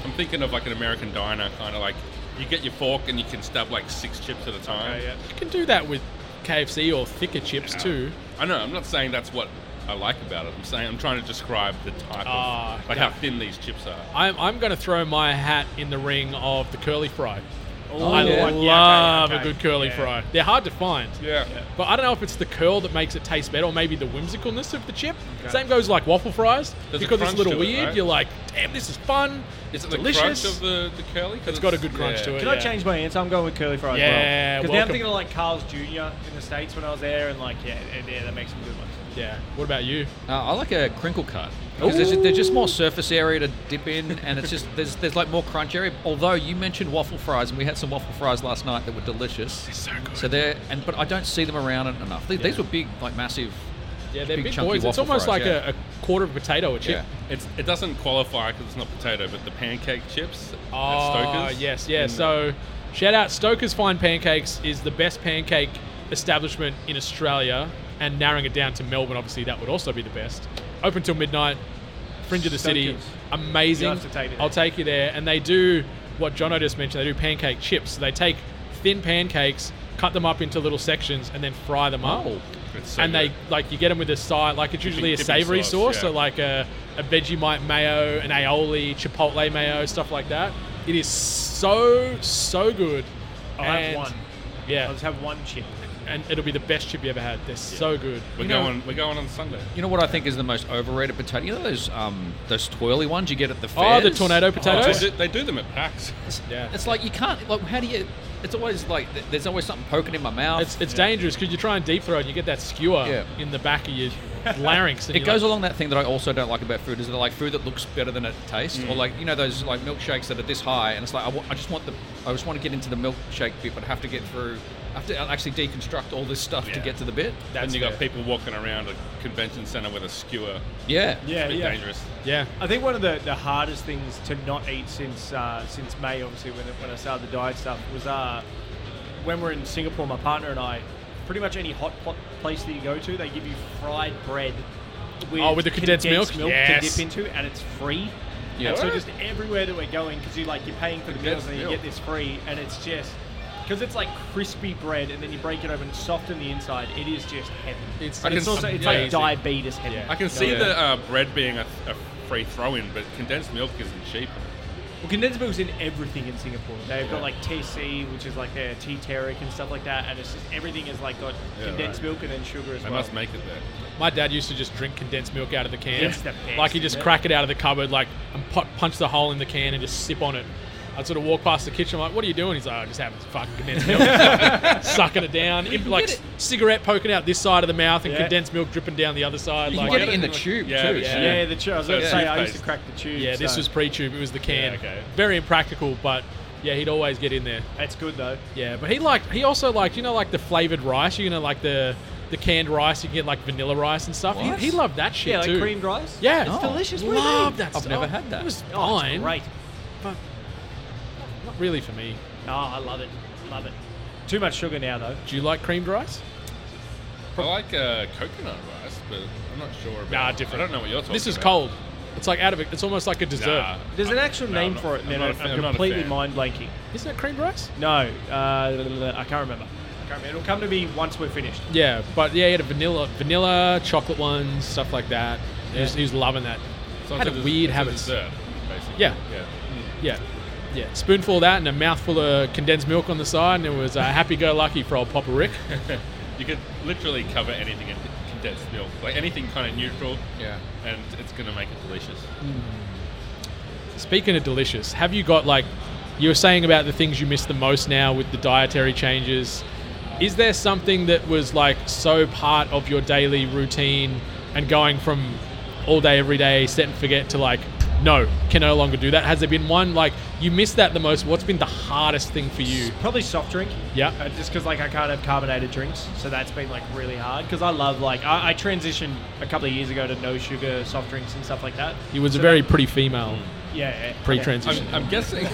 Speaker 6: I'm thinking of like an American diner kind of like you get your fork and you can stab like six chips at a time.
Speaker 4: Okay, yeah.
Speaker 3: You can do that with KFC or thicker chips too.
Speaker 6: I know. I'm not saying that's what I like about it. I'm saying I'm trying to describe the type
Speaker 3: Ah,
Speaker 6: of like how thin these chips are.
Speaker 3: I'm, I'm going to throw my hat in the ring of the curly fry.
Speaker 4: Oh,
Speaker 3: I
Speaker 4: yeah.
Speaker 3: love
Speaker 4: Yeah, okay,
Speaker 3: a
Speaker 4: okay.
Speaker 3: good curly
Speaker 4: Yeah.
Speaker 3: fry. They're hard to find.
Speaker 6: Yeah.
Speaker 3: But I don't know if it's the curl that makes it taste better, or maybe the whimsicalness of the chip. Same goes like waffle fries.
Speaker 6: There's a
Speaker 3: because it's a
Speaker 6: crunch
Speaker 3: little
Speaker 6: to it,
Speaker 3: weird,
Speaker 6: right?
Speaker 3: you're like, damn, this is fun. It's
Speaker 6: Is it
Speaker 3: delicious.
Speaker 6: the crunch of the, the curly? 'Cause
Speaker 3: it's got a good crunch to it.
Speaker 4: Can I
Speaker 3: yeah.
Speaker 4: change my answer? I'm going with curly fries.
Speaker 3: Yeah,
Speaker 4: because now I'm
Speaker 3: welcome.
Speaker 4: thinking of like Carl's Jr. in the states when I was there, and like yeah, and, yeah, that makes some good ones.
Speaker 3: Yeah. What about you?
Speaker 5: Uh, I like a crinkle cut because there's, there's just more surface area to dip in, and it's just there's there's like more crunch area. Although you mentioned waffle fries, and we had some waffle fries last night that were delicious. They're
Speaker 3: so good.
Speaker 5: So they're and but I don't see them around it enough. These, these were big, like massive.
Speaker 3: Yeah, they're
Speaker 5: Big
Speaker 3: big,
Speaker 5: chunky
Speaker 3: boys. It's
Speaker 5: waffle
Speaker 3: almost
Speaker 5: fries,
Speaker 3: like
Speaker 5: yeah.
Speaker 3: a, a quarter of a potato a chip.
Speaker 5: Yeah.
Speaker 6: It's, it doesn't qualify because it's not potato, but the pancake chips
Speaker 3: Oh,
Speaker 6: at Stoker's.
Speaker 3: yes, yeah.
Speaker 6: in-
Speaker 3: So, shout out Stoker's Fine Pancakes is the best pancake establishment in Australia, and narrowing it down to Melbourne, obviously, that would also be the best. Open till midnight, fringe of the city,
Speaker 4: Stoker's.
Speaker 3: amazing.
Speaker 4: You'll have to take me there.
Speaker 3: I'll take you there, and they do what John just mentioned. They do pancake chips. So they take thin pancakes, cut them up into little sections, and then fry them up.
Speaker 6: Oh, It's so
Speaker 3: and they
Speaker 6: good.
Speaker 3: like you get them with a side like it's usually a
Speaker 6: dipping
Speaker 3: savory
Speaker 6: sauce,
Speaker 3: sauce,
Speaker 6: yeah.
Speaker 3: so like a, a Vegemite mayo, an aioli, chipotle mayo, stuff like that. It is so so good.
Speaker 4: I'll have
Speaker 3: And-
Speaker 4: Oh, one. I'll
Speaker 3: Yeah,
Speaker 4: just have one chip.
Speaker 3: and it'll be the best chip you ever had. They're so good.
Speaker 6: We're
Speaker 5: You know-
Speaker 6: going. we're going on Sunday.
Speaker 5: You know what I think is the most overrated potato? You know those um those twirly ones you get at the
Speaker 3: Oh,
Speaker 5: fairs?
Speaker 3: the tornado
Speaker 6: They
Speaker 3: potatoes.
Speaker 6: do, they do them at PAX.
Speaker 3: yeah.
Speaker 5: It's like you can't like how do you? It's always like th- there's always something poking in my mouth.
Speaker 3: It's, it's dangerous because you try and deep throw and you get that skewer
Speaker 5: Yeah.
Speaker 3: in the back of your larynx. And
Speaker 5: It
Speaker 3: you're
Speaker 5: goes
Speaker 3: like,
Speaker 5: along that thing that I also don't like about food is that like food that looks better than it tastes,
Speaker 6: Mm.
Speaker 5: or like you know those like milkshakes that are this high, and it's like I wa- I just want the I just want to get into the milkshake bit, but I have to get through, I have to actually deconstruct all this stuff to
Speaker 6: Yeah.
Speaker 5: get to the bit.
Speaker 6: and you
Speaker 3: fair.
Speaker 6: got people walking around a convention center with a skewer.
Speaker 5: Yeah,
Speaker 4: Yeah,
Speaker 6: It's a bit
Speaker 4: yeah.
Speaker 6: dangerous.
Speaker 3: Yeah.
Speaker 4: I think one of the, the hardest things to not eat since uh, since May, obviously, when, when I started the diet stuff, was uh, when we're in Singapore, my partner and I, pretty much any hot pot place that you go to, they give you fried bread with,
Speaker 3: Oh, with the condensed milk? Yes.
Speaker 4: to dip into, and it's free.
Speaker 5: Yeah.
Speaker 4: And so
Speaker 5: What?
Speaker 4: just everywhere that we're going, because you like you're paying for the meals
Speaker 6: Condensed
Speaker 4: and then you
Speaker 6: milk.
Speaker 4: get this free, and it's just because it's like crispy bread, and then you break it open, soft on the inside. It is just heaven.
Speaker 3: It's-
Speaker 4: and it's
Speaker 3: it's
Speaker 4: also it's like
Speaker 3: amazing.
Speaker 4: diabetes heaven.
Speaker 3: Oh, Yeah.
Speaker 6: I can see
Speaker 5: Yeah.
Speaker 6: the uh, bread being a, a free throw-in, but condensed milk isn't cheap.
Speaker 4: Well, condensed milk's in everything in Singapore. They've got like TC, which is like their tea teric and stuff like that, and it's just everything is like got
Speaker 6: Yeah,
Speaker 4: condensed
Speaker 6: right.
Speaker 4: milk and then sugar as
Speaker 6: They
Speaker 4: well.
Speaker 6: must make it there.
Speaker 3: My dad used to just drink condensed milk out of the can.
Speaker 4: It's the best,
Speaker 3: like he just
Speaker 4: isn't it?
Speaker 3: crack it out of the cupboard, like and pu- punch the hole in the can and just sip on it. I'd sort of walk past the kitchen, I'm like, "What are you doing?" He's like, "I oh, just having some fucking condensed milk, sucking it down, If, like
Speaker 5: get it-
Speaker 3: cigarette poking out this side of the mouth and
Speaker 4: Yeah.
Speaker 3: condensed milk dripping down the other side."
Speaker 5: you
Speaker 3: like,
Speaker 5: can get it in the
Speaker 6: Yeah.
Speaker 5: tube
Speaker 6: Yeah,
Speaker 5: too.
Speaker 6: the
Speaker 4: yeah,
Speaker 6: tube.
Speaker 4: the tube. I was
Speaker 6: So
Speaker 4: going to
Speaker 6: it's
Speaker 4: say I used to
Speaker 6: toothpaste.
Speaker 4: crack the tube.
Speaker 3: yeah, this
Speaker 4: so-
Speaker 3: was pre-tube. It was the can.
Speaker 6: Yeah, okay.
Speaker 3: Very impractical, but yeah, he'd always get in there.
Speaker 4: It's good though.
Speaker 3: Yeah, but he liked. He also liked. You know, like the flavored rice. You know, like the the canned rice. You can get like vanilla rice and stuff. He,
Speaker 5: What?
Speaker 3: he loved that shit
Speaker 4: Yeah, like
Speaker 3: too.
Speaker 4: creamed rice.
Speaker 3: Yeah,
Speaker 5: It's delicious, what do you
Speaker 3: Love
Speaker 5: mean?
Speaker 3: that
Speaker 5: I've
Speaker 3: stuff.
Speaker 5: never had that.
Speaker 3: It was
Speaker 4: Oh, it's
Speaker 3: fine.
Speaker 4: great.
Speaker 3: Not really for me.
Speaker 4: Oh, I love it. Love it. Too much sugar now though.
Speaker 3: Do you like creamed rice?
Speaker 6: I like uh, coconut rice, but I'm not sure about.
Speaker 3: Nah, different.
Speaker 6: I don't know what you're talking.
Speaker 3: This is
Speaker 6: about.
Speaker 3: cold. It's like out of it. It's almost like a dessert.
Speaker 6: Nah.
Speaker 4: There's an actual
Speaker 6: No, I'm
Speaker 4: name
Speaker 6: not-
Speaker 4: for it,
Speaker 6: I'm
Speaker 4: and then
Speaker 6: not a
Speaker 4: I'm,
Speaker 6: fan- I'm
Speaker 4: I'm
Speaker 6: not a
Speaker 4: completely
Speaker 6: fan.
Speaker 4: mind blanking.
Speaker 3: Isn't it creamed rice?
Speaker 4: No, uh, I can't remember. I can't remember. It'll come to me once we're finished.
Speaker 3: Yeah, but yeah, he had a vanilla, vanilla, chocolate ones, stuff like that. He, was, he was loving that.
Speaker 6: So
Speaker 3: had
Speaker 6: it's
Speaker 3: a
Speaker 6: des-
Speaker 3: weird
Speaker 6: it's
Speaker 3: habit.
Speaker 6: dessert, basically.
Speaker 3: Yeah.
Speaker 6: Yeah.
Speaker 3: Yeah, yeah. Spoonful of that and a mouthful of condensed milk on the side, and it was uh, happy-go-lucky for old Papa Rick.
Speaker 6: You could literally cover anything in condensed milk, like anything kind of neutral,
Speaker 5: Yeah.
Speaker 6: and it's gonna make it delicious.
Speaker 3: Speaking of delicious, have you got like you were saying about the things you miss the most now with the dietary changes? Is there something that was like so part of your daily routine and going from all day, every day, set and forget to like, no, can no longer do that? Has there been one like you miss that the most? What's been the hardest thing for you?
Speaker 4: Probably soft drink.
Speaker 3: Yeah.
Speaker 4: Uh, just because like I can't have carbonated drinks, so that's been like really hard. Because I love like I, I transitioned a couple of years ago to no sugar soft drinks and stuff like that.
Speaker 3: You was a
Speaker 4: So
Speaker 3: very
Speaker 4: that-
Speaker 3: pretty female.
Speaker 4: yeah, yeah.
Speaker 3: pre-transition.
Speaker 6: I'm, I'm guessing.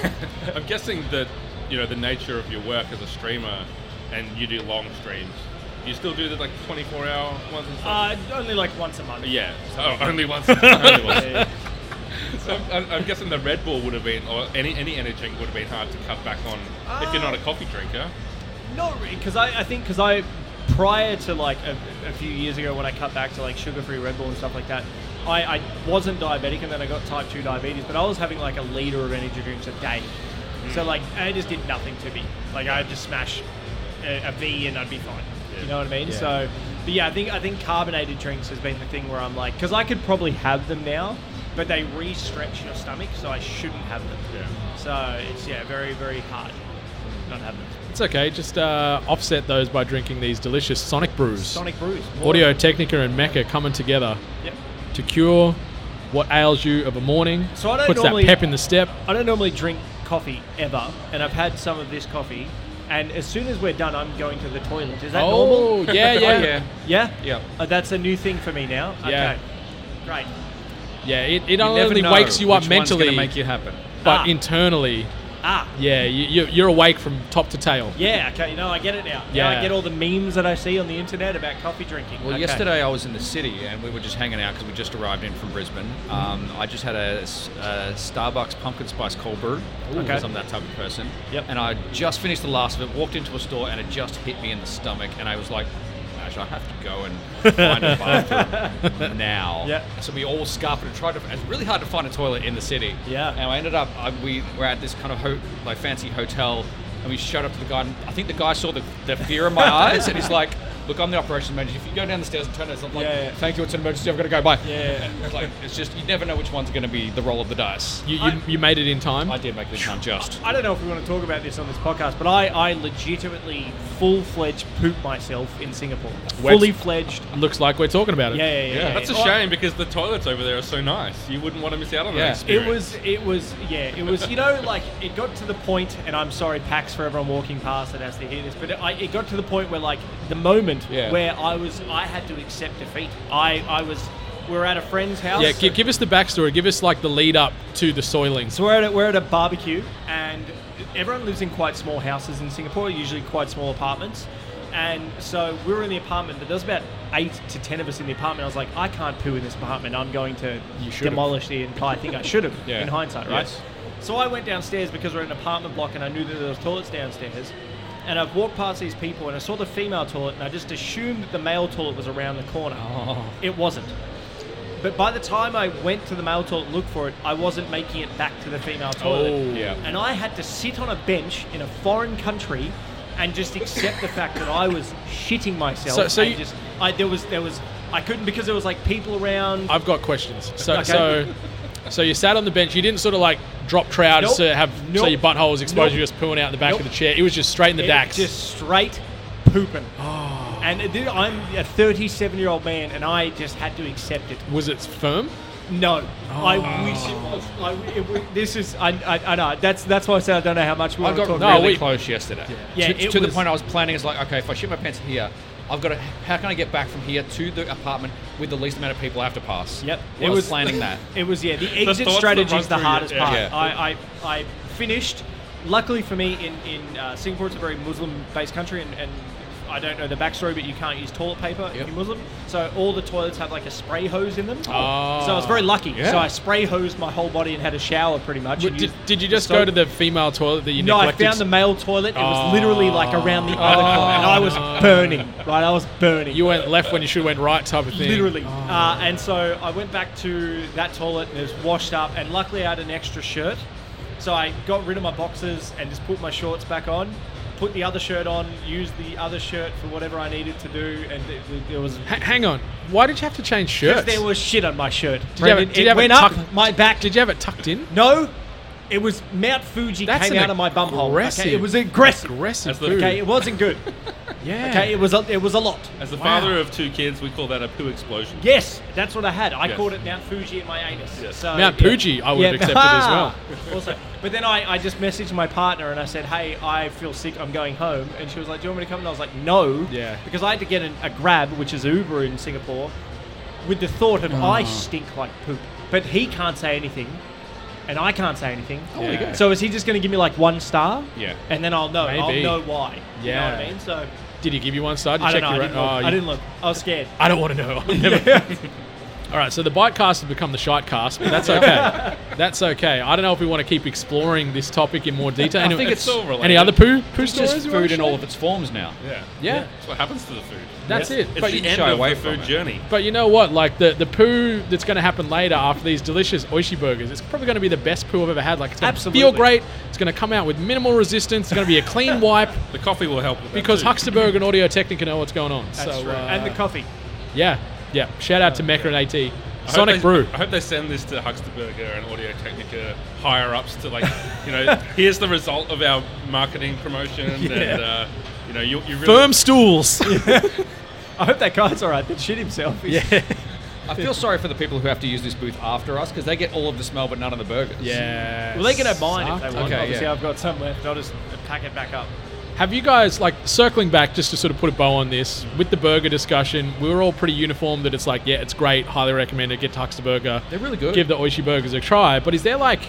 Speaker 6: I'm guessing that you know the nature of your work as a streamer, and you do long streams. You still do the like 24 hour ones and stuff.
Speaker 4: Uh, only like once a month.
Speaker 6: yeah. Oh, only once. only once.
Speaker 4: Yeah.
Speaker 6: So I'm- I'm, I'm guessing the Red Bull would have been, or any any energy drink would have been hard to cut back on if you're not a coffee drinker.
Speaker 4: Not really, because I, I think because I prior to like a, a few years ago when I cut back to like sugar-free Red Bull and stuff like that, I, I wasn't diabetic and then I got type two diabetes, but I was having like a liter of energy drinks a day. So like I just did nothing to me. Like I'd just smash a, a V and I'd be fine. You know what I mean? So, but yeah, I think I think carbonated drinks has been the thing where I'm like, because I could probably have them now, but they re-stretch your stomach, so I shouldn't have them.
Speaker 6: Yeah.
Speaker 4: So it's yeah, very very hard not have them.
Speaker 3: it's okay. Just uh, offset those by drinking these delicious Sonic brews.
Speaker 4: Sonic brews. more-
Speaker 3: Audio Technica and Mecca coming together
Speaker 4: Yep.
Speaker 3: to cure what ails you of a morning.
Speaker 4: So I don't
Speaker 3: puts
Speaker 4: normally-
Speaker 3: that pep in the step.
Speaker 4: I don't normally drink coffee ever, and I've had some of this coffee. And as soon as we're done, I'm going to the toilet. Is that
Speaker 3: oh
Speaker 4: normal?
Speaker 3: yeah, yeah, yeah.
Speaker 1: yeah.
Speaker 4: Yeah.
Speaker 1: Yeah.
Speaker 4: Uh, that's a new thing for me now.
Speaker 3: Yeah.
Speaker 4: Okay. Great.
Speaker 3: Yeah, it, it
Speaker 1: You never
Speaker 3: only
Speaker 1: know
Speaker 3: wakes you up
Speaker 1: which one's gonna
Speaker 3: mentally,
Speaker 1: make you happen.
Speaker 3: but
Speaker 4: Ah.
Speaker 3: internally,
Speaker 4: Ah.
Speaker 3: yeah, you, you're, you're awake from top to tail.
Speaker 4: Yeah. Okay. You know, I get it now. Now
Speaker 3: Yeah.
Speaker 4: I get all the memes that I see on the internet about coffee drinking.
Speaker 1: Well,
Speaker 4: Okay.
Speaker 1: yesterday I was in the city and we were just hanging out because we just arrived in from Brisbane. Um, I just had a, s- a Starbucks pumpkin spice cold brew
Speaker 4: Ooh.
Speaker 1: because
Speaker 4: Okay.
Speaker 1: I'm that type of person.
Speaker 4: Yep.
Speaker 1: And I just finished the last of it, walked into a store, and it just hit me in the stomach. And I was like, Ash, I have to go and find a bathroom now.
Speaker 4: Yep.
Speaker 1: So we all scarfed and tried to. It's really hard to find a toilet in the city.
Speaker 4: Yeah.
Speaker 1: And I ended up, I, we were at this kind of ho- like fancy hotel, and we showed up to the guy. And I think the guy saw the, the fear in my eyes, and he's like, "Look, I'm the operations manager. If you go down the stairs and turn this, I'm like,
Speaker 4: Yeah, yeah.
Speaker 1: thank you, it's an emergency. I've got to go. Bye."
Speaker 4: Yeah.
Speaker 1: It's like it's just you never know which one's going to be the roll of the dice.
Speaker 3: You, you,
Speaker 4: I-
Speaker 3: you made it in time.
Speaker 1: I did make this one just.
Speaker 4: I don't know if we want to talk about this on this podcast, but I, I legitimately full fledged pooped myself in Singapore.
Speaker 3: Wet-
Speaker 4: Fully fledged.
Speaker 3: Looks like we're talking about
Speaker 4: Yeah,
Speaker 3: it.
Speaker 4: yeah, yeah. Oh, yeah,
Speaker 6: That's a
Speaker 4: yeah.
Speaker 6: shame because the toilets over there are so nice. You wouldn't want to miss out on
Speaker 1: Yeah.
Speaker 6: that
Speaker 4: It
Speaker 6: experience.
Speaker 4: was, it was, yeah, it was, you know, like it got to the point, and I'm sorry, PAX for everyone walking past that has to hear this, but it, I, it got to the point where, like, the moment
Speaker 1: Yeah.
Speaker 4: where I was, I had to accept defeat. I, I was, we we're at a friend's house.
Speaker 3: Yeah, gi- give us the backstory. Give us like the lead up to the soiling.
Speaker 4: So we're at, a, we're at a barbecue, and everyone lives in quite small houses in Singapore, usually quite small apartments. And so we were in the apartment, but there was about eight to ten of us in the apartment. I was like, I can't poo in this apartment. I'm going to
Speaker 3: should've.
Speaker 4: demolish the entire thing. I should have,
Speaker 1: Yeah.
Speaker 4: in hindsight, right?
Speaker 1: Yes.
Speaker 4: So I went downstairs because we're in an apartment block, and I knew that there was toilets downstairs. And I've walked past these people, and I saw the female toilet, and I just assumed that the male toilet was around the corner.
Speaker 1: Oh.
Speaker 4: It wasn't. But by the time I went to the male toilet and looked for it, I wasn't making it back to the female toilet.
Speaker 3: Oh.
Speaker 1: Yeah.
Speaker 4: And I had to sit on a bench in a foreign country and just accept the fact that I was shitting myself.
Speaker 3: So- so
Speaker 4: and
Speaker 3: you-
Speaker 4: just I there was there was I couldn't because there was like people around.
Speaker 3: I've got questions. So,
Speaker 4: Okay.
Speaker 3: so, so you sat on the bench. You didn't sort of like drop trout
Speaker 4: Nope.
Speaker 3: to have so
Speaker 4: Nope.
Speaker 3: your butthole was exposed.
Speaker 4: Nope.
Speaker 3: You're just pulling out the back
Speaker 4: Nope.
Speaker 3: of the chair. It was just straight in the
Speaker 4: It
Speaker 3: dax. Oh.
Speaker 4: was Just straight pooping. And it did- I'm a 37 year old man and I just had to accept it.
Speaker 3: Was it firm?
Speaker 4: No,
Speaker 3: Oh.
Speaker 4: I wish it was. I, it, w- this is I, I, I know that's that's why I say I don't know how much we
Speaker 1: I
Speaker 4: want to
Speaker 1: got
Speaker 4: talk
Speaker 1: really
Speaker 4: about.
Speaker 3: No, we-
Speaker 1: close yesterday.
Speaker 4: Yeah. Yeah,
Speaker 1: to,
Speaker 4: it
Speaker 1: to the
Speaker 4: was-
Speaker 1: point I was planning is like, okay, if I shit my pants here, I've got to. How can I get back from here to the apartment with the least amount of people I have to pass?
Speaker 4: Yep.
Speaker 1: Well, I was planning that.
Speaker 4: It was yeah. The
Speaker 6: thoughts
Speaker 4: exit
Speaker 6: that
Speaker 4: strategy
Speaker 6: run
Speaker 4: is the
Speaker 6: through you,
Speaker 4: hardest
Speaker 6: yeah.
Speaker 4: part.
Speaker 1: Yeah.
Speaker 4: I, I I finished. Luckily for me, in in uh, Singapore, it's a very Muslim-based country, and, and I don't know the backstory, but you can't use toilet paper if
Speaker 1: Yep.
Speaker 4: you're Muslim. So all the toilets have like a spray hose in them.
Speaker 3: Oh.
Speaker 4: So I was very lucky.
Speaker 1: Yeah.
Speaker 4: So I spray hosed my whole body and had a shower pretty much.
Speaker 3: W-
Speaker 4: and
Speaker 3: Did,
Speaker 4: used
Speaker 3: did you just
Speaker 4: soap.
Speaker 3: go to the female toilet that you
Speaker 4: No, I
Speaker 3: neglected?
Speaker 4: found the male toilet. It was literally like around the other
Speaker 3: Oh.
Speaker 4: corner, and I was burning. Right, I was burning.
Speaker 3: You went left when you should have went right type of thing.
Speaker 4: Literally. Uh, and so I went back to that toilet and it was washed up. And luckily, I had an extra shirt. So I got rid of my boxes and just put my shorts back on, put the other shirt on, used the other shirt for whatever I needed to do. And it, it, it was.
Speaker 3: Ha- hang on. Why did you have to change shirts?
Speaker 4: Because there was shit on my shirt.
Speaker 3: did you have,
Speaker 4: Brendan.
Speaker 3: it, did you
Speaker 4: it
Speaker 3: have it
Speaker 4: went up
Speaker 3: tucked-
Speaker 4: my back.
Speaker 3: Did you have it tucked in?
Speaker 4: No, it was Mount Fuji
Speaker 3: That's
Speaker 4: came
Speaker 3: an
Speaker 4: out of my bum hole.
Speaker 3: aggressive-
Speaker 4: Okay, it was aggressive.
Speaker 3: Aggressive.
Speaker 6: That's the-
Speaker 3: food.
Speaker 4: Okay, it wasn't good.
Speaker 3: Yeah.
Speaker 4: Okay, it was a, it was a lot.
Speaker 6: As the
Speaker 3: Wow.
Speaker 6: father of two kids, we call that a poo explosion.
Speaker 4: Yes, that's what I had. I
Speaker 6: Yes.
Speaker 4: called it Mount Fuji in my anus.
Speaker 6: Yes.
Speaker 4: So,
Speaker 3: Mount
Speaker 4: yeah.
Speaker 3: Fuji, I would have accepted as well.
Speaker 4: well. also, but then I, I just messaged my partner and I said, "Hey, I feel sick. I'm going home." And she was like, "Do you want me to come?" And I was like, "No."
Speaker 3: Yeah.
Speaker 4: Because I had to get an, a grab, which is Uber in
Speaker 3: Ah.
Speaker 4: Singapore, with the thought of I stink like poop, but he can't say anything. and I can't say anything.
Speaker 6: Oh, there you go.
Speaker 4: So is he just going to give me like one star?
Speaker 6: Yeah.
Speaker 4: And then I'll know.
Speaker 3: Maybe.
Speaker 4: I'll know why. You know what
Speaker 3: Yeah.
Speaker 4: I mean? So
Speaker 3: Did he give you one star? Did you
Speaker 4: I don't
Speaker 3: check
Speaker 4: know. I
Speaker 3: your
Speaker 4: didn't,
Speaker 3: oh,
Speaker 4: look. I
Speaker 3: you-
Speaker 4: didn't look. I was scared.
Speaker 3: I don't want to know. I'll never- All right, so the bite cast has become the shite cast, but that's okay. that's okay. I don't know if we want to keep exploring this topic in more detail.
Speaker 1: I
Speaker 3: Any-
Speaker 1: think it's all related.
Speaker 3: Any other poo poo
Speaker 1: It's
Speaker 3: stories?
Speaker 1: just
Speaker 3: you wanna
Speaker 1: food in
Speaker 3: share?
Speaker 1: all of its forms now.
Speaker 6: Yeah.
Speaker 3: Yeah,
Speaker 6: That's what happens to the food.
Speaker 3: that's it.
Speaker 6: It's
Speaker 1: But
Speaker 6: the
Speaker 1: you
Speaker 6: end
Speaker 1: shy
Speaker 6: of
Speaker 1: away
Speaker 6: the
Speaker 1: from
Speaker 6: food
Speaker 1: it.
Speaker 6: journey.
Speaker 3: But you know what? Like the, the poo that's going to happen later after these delicious oishi burgers, it's probably going to be the best poo I've ever had. Like it's going to
Speaker 4: Absolutely.
Speaker 3: feel great. It's going to come out with minimal resistance. It's going to be a clean wipe
Speaker 6: The coffee will help with that
Speaker 3: because
Speaker 6: too.
Speaker 3: Huxterberg and Audio Technica know what's going on.
Speaker 4: That's
Speaker 3: so,
Speaker 4: true.
Speaker 3: uh,
Speaker 4: and the coffee.
Speaker 3: yeah, yeah. Shout out to Mecca and AT.
Speaker 6: I hope
Speaker 3: Sonic
Speaker 6: they-
Speaker 3: Brew.
Speaker 6: I hope they send this to Huxterburger and Audio Technica higher ups to like, you know, here's the result of our marketing promotion and uh, you know, you, you really
Speaker 3: Firm stools.
Speaker 4: I hope that guy's all right. That shit himself. Yeah.
Speaker 1: I feel sorry for the people who have to use this booth after us because they get all of the smell but none of the burgers.
Speaker 3: yeah.
Speaker 4: Well, they can have mine if they want.
Speaker 1: Okay,
Speaker 4: Obviously,
Speaker 1: yeah.
Speaker 4: I've got some left. I'll just pack it back up.
Speaker 3: Have you guys like circling back just to sort of put a bow on this with the burger discussion? We were all pretty uniform that it's like, yeah, it's great, highly recommend it. Get Tuxta Burger.
Speaker 1: They're really good.
Speaker 3: Give the Oishi burgers a try. But is there like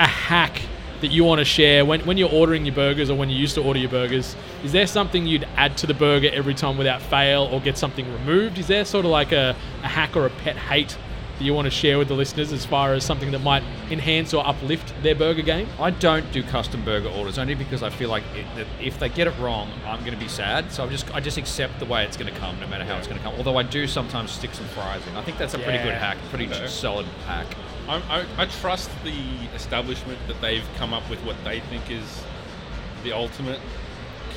Speaker 3: a hack that you want to share when when you're ordering your burgers or when you used to order your burgers? Is there something you'd add to the burger every time without fail, or get something removed? Is there sort of like a, a hack or a pet hate? That you want to share with the listeners as far as something that might enhance or uplift their burger game?
Speaker 1: I don't do custom burger orders only because I feel like it, that if they get it wrong, I'm going to be sad. So I just I just accept the way it's going to come, no matter how it's going to come. Although I do sometimes stick some fries in. I think that's a pretty good
Speaker 3: Yeah.
Speaker 1: hack, pretty
Speaker 6: Okay.
Speaker 1: solid hack.
Speaker 6: I, I, I trust the establishment that they've come up with what they think is the ultimate con-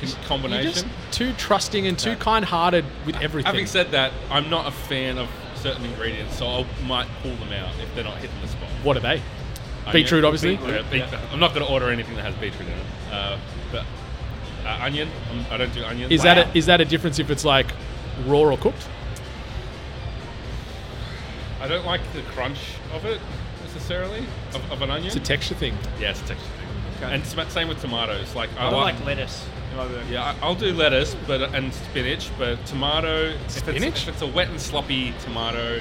Speaker 3: You're just
Speaker 6: combination.
Speaker 3: too trusting and too kind-hearted with everything.
Speaker 6: Having said that, I'm not a fan of certain ingredients, so I might pull them out if they're not hitting the spot.
Speaker 3: what are they?
Speaker 6: Onion-
Speaker 3: Beetroot, obviously.
Speaker 6: beetroot, yeah, beet- I'm not going to order anything that has beetroot in it. Uh, but uh, onion, um, I don't do onion.
Speaker 3: Is that a, is that a difference if it's like raw or cooked?
Speaker 6: I don't like the crunch of it necessarily of, of an onion.
Speaker 3: It's a texture thing.
Speaker 6: yeah, it's a texture thing. And sma- same with tomatoes. Like I,
Speaker 4: I don't
Speaker 6: like.
Speaker 4: like lettuce. in my burger.
Speaker 6: yeah, I- I'll do lettuce, but and spinach, but tomato. If
Speaker 3: Spinach?
Speaker 6: it's, if it's a wet and sloppy tomato,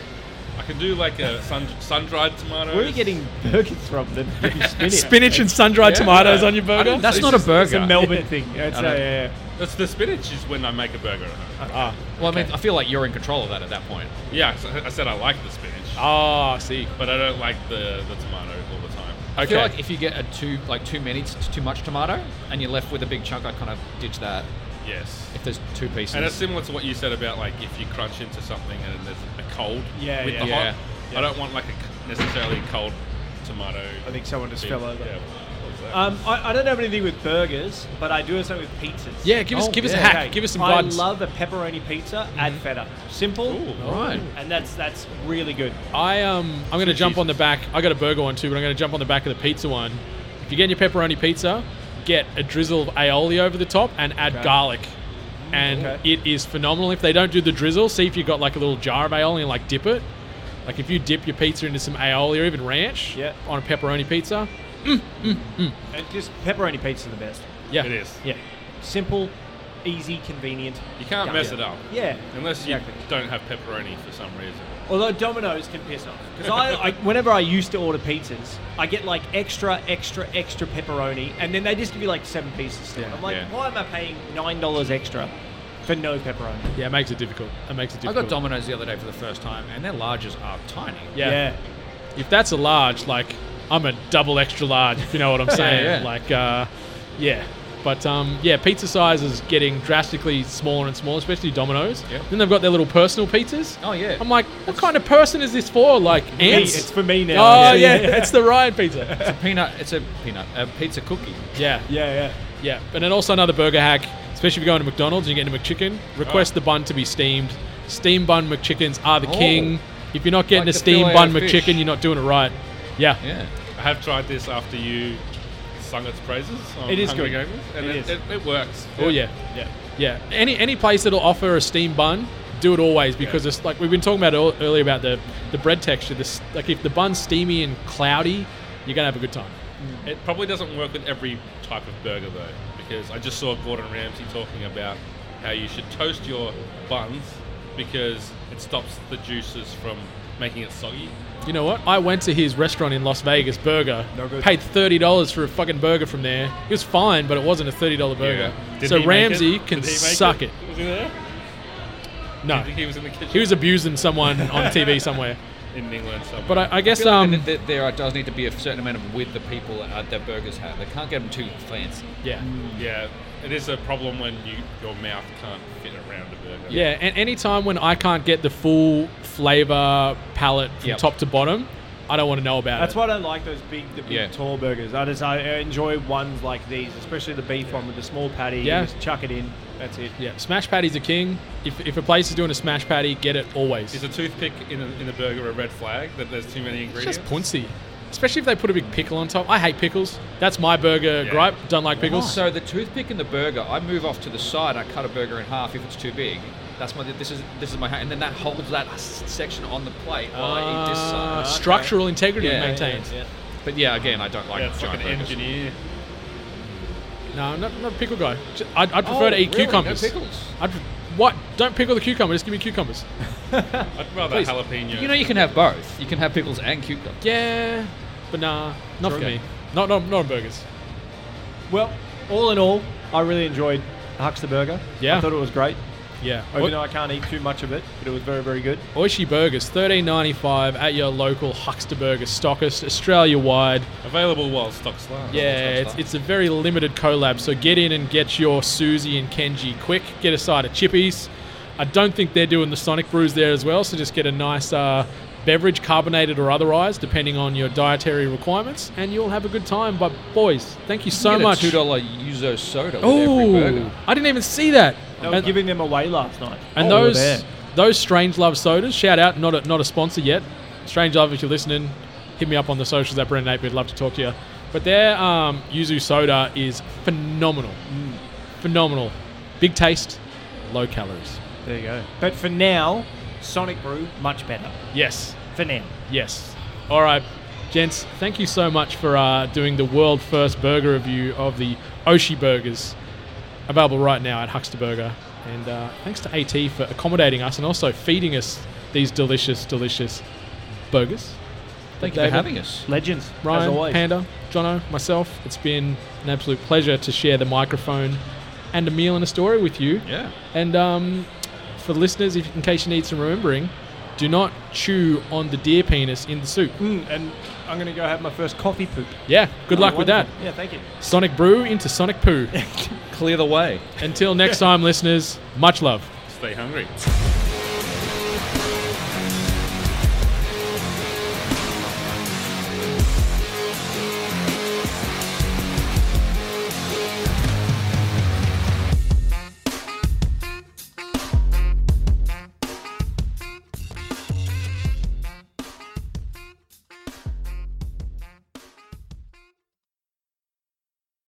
Speaker 6: I can do like a sun sun dried tomato.
Speaker 4: Where are you getting burgers from? Then spinach.
Speaker 3: Spinach and sun-dried
Speaker 6: Yeah.
Speaker 3: tomatoes on your
Speaker 6: I
Speaker 3: burger.
Speaker 6: don't-
Speaker 1: That's
Speaker 6: It's
Speaker 1: not
Speaker 6: just-
Speaker 1: a
Speaker 6: it's
Speaker 1: burger.
Speaker 4: It's a Melbourne thing. Yeah, It's
Speaker 6: I
Speaker 4: a,
Speaker 6: know.
Speaker 4: yeah, yeah.
Speaker 6: That's the spinach is when I make a burger. at home.
Speaker 3: Ah,
Speaker 1: Well, I mean, I feel like you're in control of that at that point.
Speaker 6: Yeah, so I said I like the spinach,
Speaker 3: ah, see.
Speaker 6: but I don't like the the tomato all the time.
Speaker 1: I feel
Speaker 3: Okay.
Speaker 1: like if you get a too like too many, it's too much tomato, and you're left with a big chunk. I kind of ditch that
Speaker 6: Yes.
Speaker 1: if there's two pieces.
Speaker 6: And it's similar to what you said about like if you crunch into something and there's a cold
Speaker 4: Yeah,
Speaker 6: with
Speaker 4: yeah.
Speaker 6: the
Speaker 1: Yeah.
Speaker 6: hot. I don't want like a c- necessarily cold tomato.
Speaker 4: I think someone just fell over.
Speaker 6: Yeah. What was that?
Speaker 4: Um, I, I don't have anything with burgers, but I do have something with pizzas.
Speaker 3: Yeah, give us
Speaker 1: Oh,
Speaker 3: give us a
Speaker 1: yeah.
Speaker 3: hack.
Speaker 4: Okay,
Speaker 3: Give us some
Speaker 4: I
Speaker 3: guidance.
Speaker 4: love a pepperoni pizza. Add feta. Simple.
Speaker 1: All right.
Speaker 4: And that's that's really good.
Speaker 3: I um I'm gonna jump on the back. I got a burger one too, but I'm gonna jump on the back of the pizza one. If you're getting your pepperoni pizza, get a drizzle of aioli over the top and add garlic. And
Speaker 4: Okay.
Speaker 3: it is phenomenal. If they don't do the drizzle, see if you've got like a little jar of aioli and like dip it. Like if you dip your pizza into some aioli or even ranch
Speaker 4: Yeah.
Speaker 3: on a pepperoni pizza,
Speaker 4: And just pepperoni pizza the best.
Speaker 3: yeah,
Speaker 6: It is.
Speaker 4: Yeah. Simple, easy, convenient.
Speaker 6: You can't
Speaker 4: Yeah.
Speaker 6: mess it up.
Speaker 4: Yeah.
Speaker 6: Unless you
Speaker 4: Exactly.
Speaker 6: don't have pepperoni for some reason.
Speaker 4: Although Domino's can piss off. Because I, I, whenever I used to order pizzas, I get like extra, extra, extra pepperoni, and then they just give you like seven pieces. Still. I'm like,
Speaker 6: yeah.
Speaker 4: why am I paying nine dollars extra for no pepperoni?
Speaker 3: Yeah, it makes it difficult. It makes it
Speaker 1: I
Speaker 3: difficult.
Speaker 1: got Domino's the other day for the first time, and their larges are tiny.
Speaker 3: Yeah. If that's a large, like I'm a double extra large, if you know what I'm saying.
Speaker 1: yeah.
Speaker 3: Like, uh, yeah. But um, yeah, pizza size is getting drastically smaller and smaller, especially Domino's.
Speaker 1: Yeah.
Speaker 3: Then they've got their little personal pizzas.
Speaker 1: Oh, yeah.
Speaker 3: I'm like, what kind of person is this for? Like
Speaker 4: Me,
Speaker 3: ants?
Speaker 4: it's for me now.
Speaker 3: Oh yeah, it's the Ryan pizza.
Speaker 1: It's a peanut. It's a peanut. A pizza cookie.
Speaker 3: yeah,
Speaker 4: yeah, yeah.
Speaker 3: yeah. And then also another burger hack, especially if you're going to McDonald's and you're getting a McChicken, request
Speaker 6: Oh.
Speaker 3: the bun to be steamed. Steam bun McChickens are the
Speaker 1: Oh.
Speaker 3: king. If you're not getting
Speaker 1: Like
Speaker 3: a
Speaker 1: the
Speaker 3: steam
Speaker 1: filet
Speaker 3: bun
Speaker 1: of fish.
Speaker 3: McChicken, you're not doing it right. Yeah.
Speaker 1: Yeah.
Speaker 6: I have tried this after you sung its praises. On
Speaker 4: It is
Speaker 6: Hungry
Speaker 4: good.
Speaker 6: Ghosts, and it,
Speaker 4: It is.
Speaker 6: It, it works.
Speaker 3: Oh yeah.
Speaker 4: Yeah.
Speaker 3: Yeah, any any place that'll offer a steam bun, do it always because it's like we've been talking about earl- earlier about the the bread texture. This like if the bun's steamy and cloudy, you're gonna have a good time.
Speaker 6: It probably doesn't work with every type of burger though, because I just saw Gordon Ramsay talking about how you should toast your buns because it stops the juices from making it soggy.
Speaker 3: You know what? I went to his restaurant in Las Vegas, Burger.
Speaker 4: No good.
Speaker 3: Paid thirty dollars for a fucking burger from there. It was fine, but it wasn't a thirty dollar burger.
Speaker 6: Did
Speaker 3: So
Speaker 6: he make
Speaker 3: Ramsey
Speaker 6: it?
Speaker 3: can
Speaker 6: Did he make
Speaker 3: suck it.
Speaker 6: Was he there?
Speaker 3: No,
Speaker 6: I think he was in the kitchen.
Speaker 3: he was abusing someone on TV somewhere.
Speaker 6: in England somewhere.
Speaker 3: But I, I guess
Speaker 5: feel like
Speaker 3: um,
Speaker 5: th- th- there are- does need to be a certain amount of width the people uh, that burgers have. They can't get them too fancy.
Speaker 3: yeah,
Speaker 6: yeah, it is a problem when you your mouth can't fit around a burger.
Speaker 3: yeah. And any time when I can't get the full flavor palette from
Speaker 5: Yep.
Speaker 3: top to bottom, I don't want to know about
Speaker 4: That's
Speaker 3: it.
Speaker 4: why I don't like those big, the big
Speaker 5: Yeah.
Speaker 4: tall burgers. I just I enjoy ones like these, especially the beef one with the small patty. You
Speaker 3: Yeah.
Speaker 4: just chuck it in. That's it.
Speaker 3: Yeah, smash patties are king. If, if a place is doing a smash patty, get it always.
Speaker 6: Is a toothpick in a, in a burger a red flag that there's too many
Speaker 3: It's
Speaker 6: ingredients?
Speaker 3: just puncy. Especially if they put a big pickle on top. I hate pickles. That's my burger
Speaker 6: Yeah.
Speaker 3: gripe. Don't like pickles.
Speaker 5: So the toothpick and the burger, I move off to the side. I cut a burger in half if it's too big. That's my. This is this is my. ha- And then that holds that s- section on the plate while I eat this
Speaker 3: Uh,
Speaker 5: side.
Speaker 3: structural integrity
Speaker 5: Yeah,
Speaker 3: maintained.
Speaker 5: Ah, But yeah, again, I don't like
Speaker 6: yeah, it's like
Speaker 5: giant
Speaker 6: an
Speaker 5: burgers.
Speaker 6: engineer.
Speaker 3: No, I'm not, not a pickle guy. J- I'd, I'd prefer
Speaker 5: Oh,
Speaker 3: to eat
Speaker 5: really? No
Speaker 3: cucumbers.
Speaker 5: pickles?
Speaker 3: I'd, what? Don't pickle the cucumber. Just give me cucumbers.
Speaker 6: I'd rather
Speaker 3: Please.
Speaker 6: jalapeno.
Speaker 5: You know, you can have both. You can have pickles and cucumber.
Speaker 3: Yeah, but nah, not for me. Not, not, not on burgers.
Speaker 4: Well, all in all, I really enjoyed Huckster Burger.
Speaker 3: Yeah.
Speaker 4: I thought it was great.
Speaker 3: Yeah.
Speaker 4: Even though I can't eat too much of it, but it was very, very good.
Speaker 3: Oishi Burgers, thirteen ninety five at your local Huckster Burger stockist, Australia wide.
Speaker 6: Available while stocks last.
Speaker 3: Yeah, it's, it's a very limited collab, so get in and get your Susie and Kenji quick. Get a side of chippies. I don't think they're doing the Sonic Brews there as well, so just get a nice uh, beverage, carbonated or otherwise, depending on your dietary requirements, and you'll have a good time. But, boys, thank you so
Speaker 5: Get a
Speaker 3: much.
Speaker 5: two dollar Yuzo soda with every
Speaker 3: Oh,
Speaker 5: burger.
Speaker 3: I didn't even see that.
Speaker 4: They were
Speaker 3: And-
Speaker 4: giving them away last night.
Speaker 3: and
Speaker 4: Oh, we were there.
Speaker 3: those those Strange Love sodas, shout out, not a, not a sponsor yet. Strange Love, if you're listening, hit me up on the socials at Brendan Ape. We'd love to talk to you. But their um, yuzu soda is phenomenal,
Speaker 4: Mm.
Speaker 3: phenomenal. Big taste, low calories.
Speaker 4: There you go. But for now, Sonic Brew much better.
Speaker 3: Yes,
Speaker 4: For now.
Speaker 3: yes. All right, gents, thank you so much for uh, doing the world first burger review of the Oshi Burgers, available right now at Huckster Burger. And uh, thanks to AT for accommodating us and also feeding us these delicious, delicious burgers.
Speaker 5: Thank you for
Speaker 3: David.
Speaker 5: having us.
Speaker 4: Legends. as
Speaker 3: Ryan,
Speaker 4: always.
Speaker 3: Panda, Jono, myself, it's been an absolute pleasure to share the microphone and a meal and a story with you.
Speaker 5: Yeah.
Speaker 3: And um, for the listeners, if in case you need some remembering, do not chew on the deer penis in the soup.
Speaker 4: Mm, and I'm going to go have my first coffee poop. Oh,
Speaker 3: Yeah, good luck with that.
Speaker 4: Wonderful. Yeah, thank you.
Speaker 3: Sonic brew into Sonic poo.
Speaker 5: Clear the way.
Speaker 3: Until next time, listeners, much love.
Speaker 6: Stay hungry.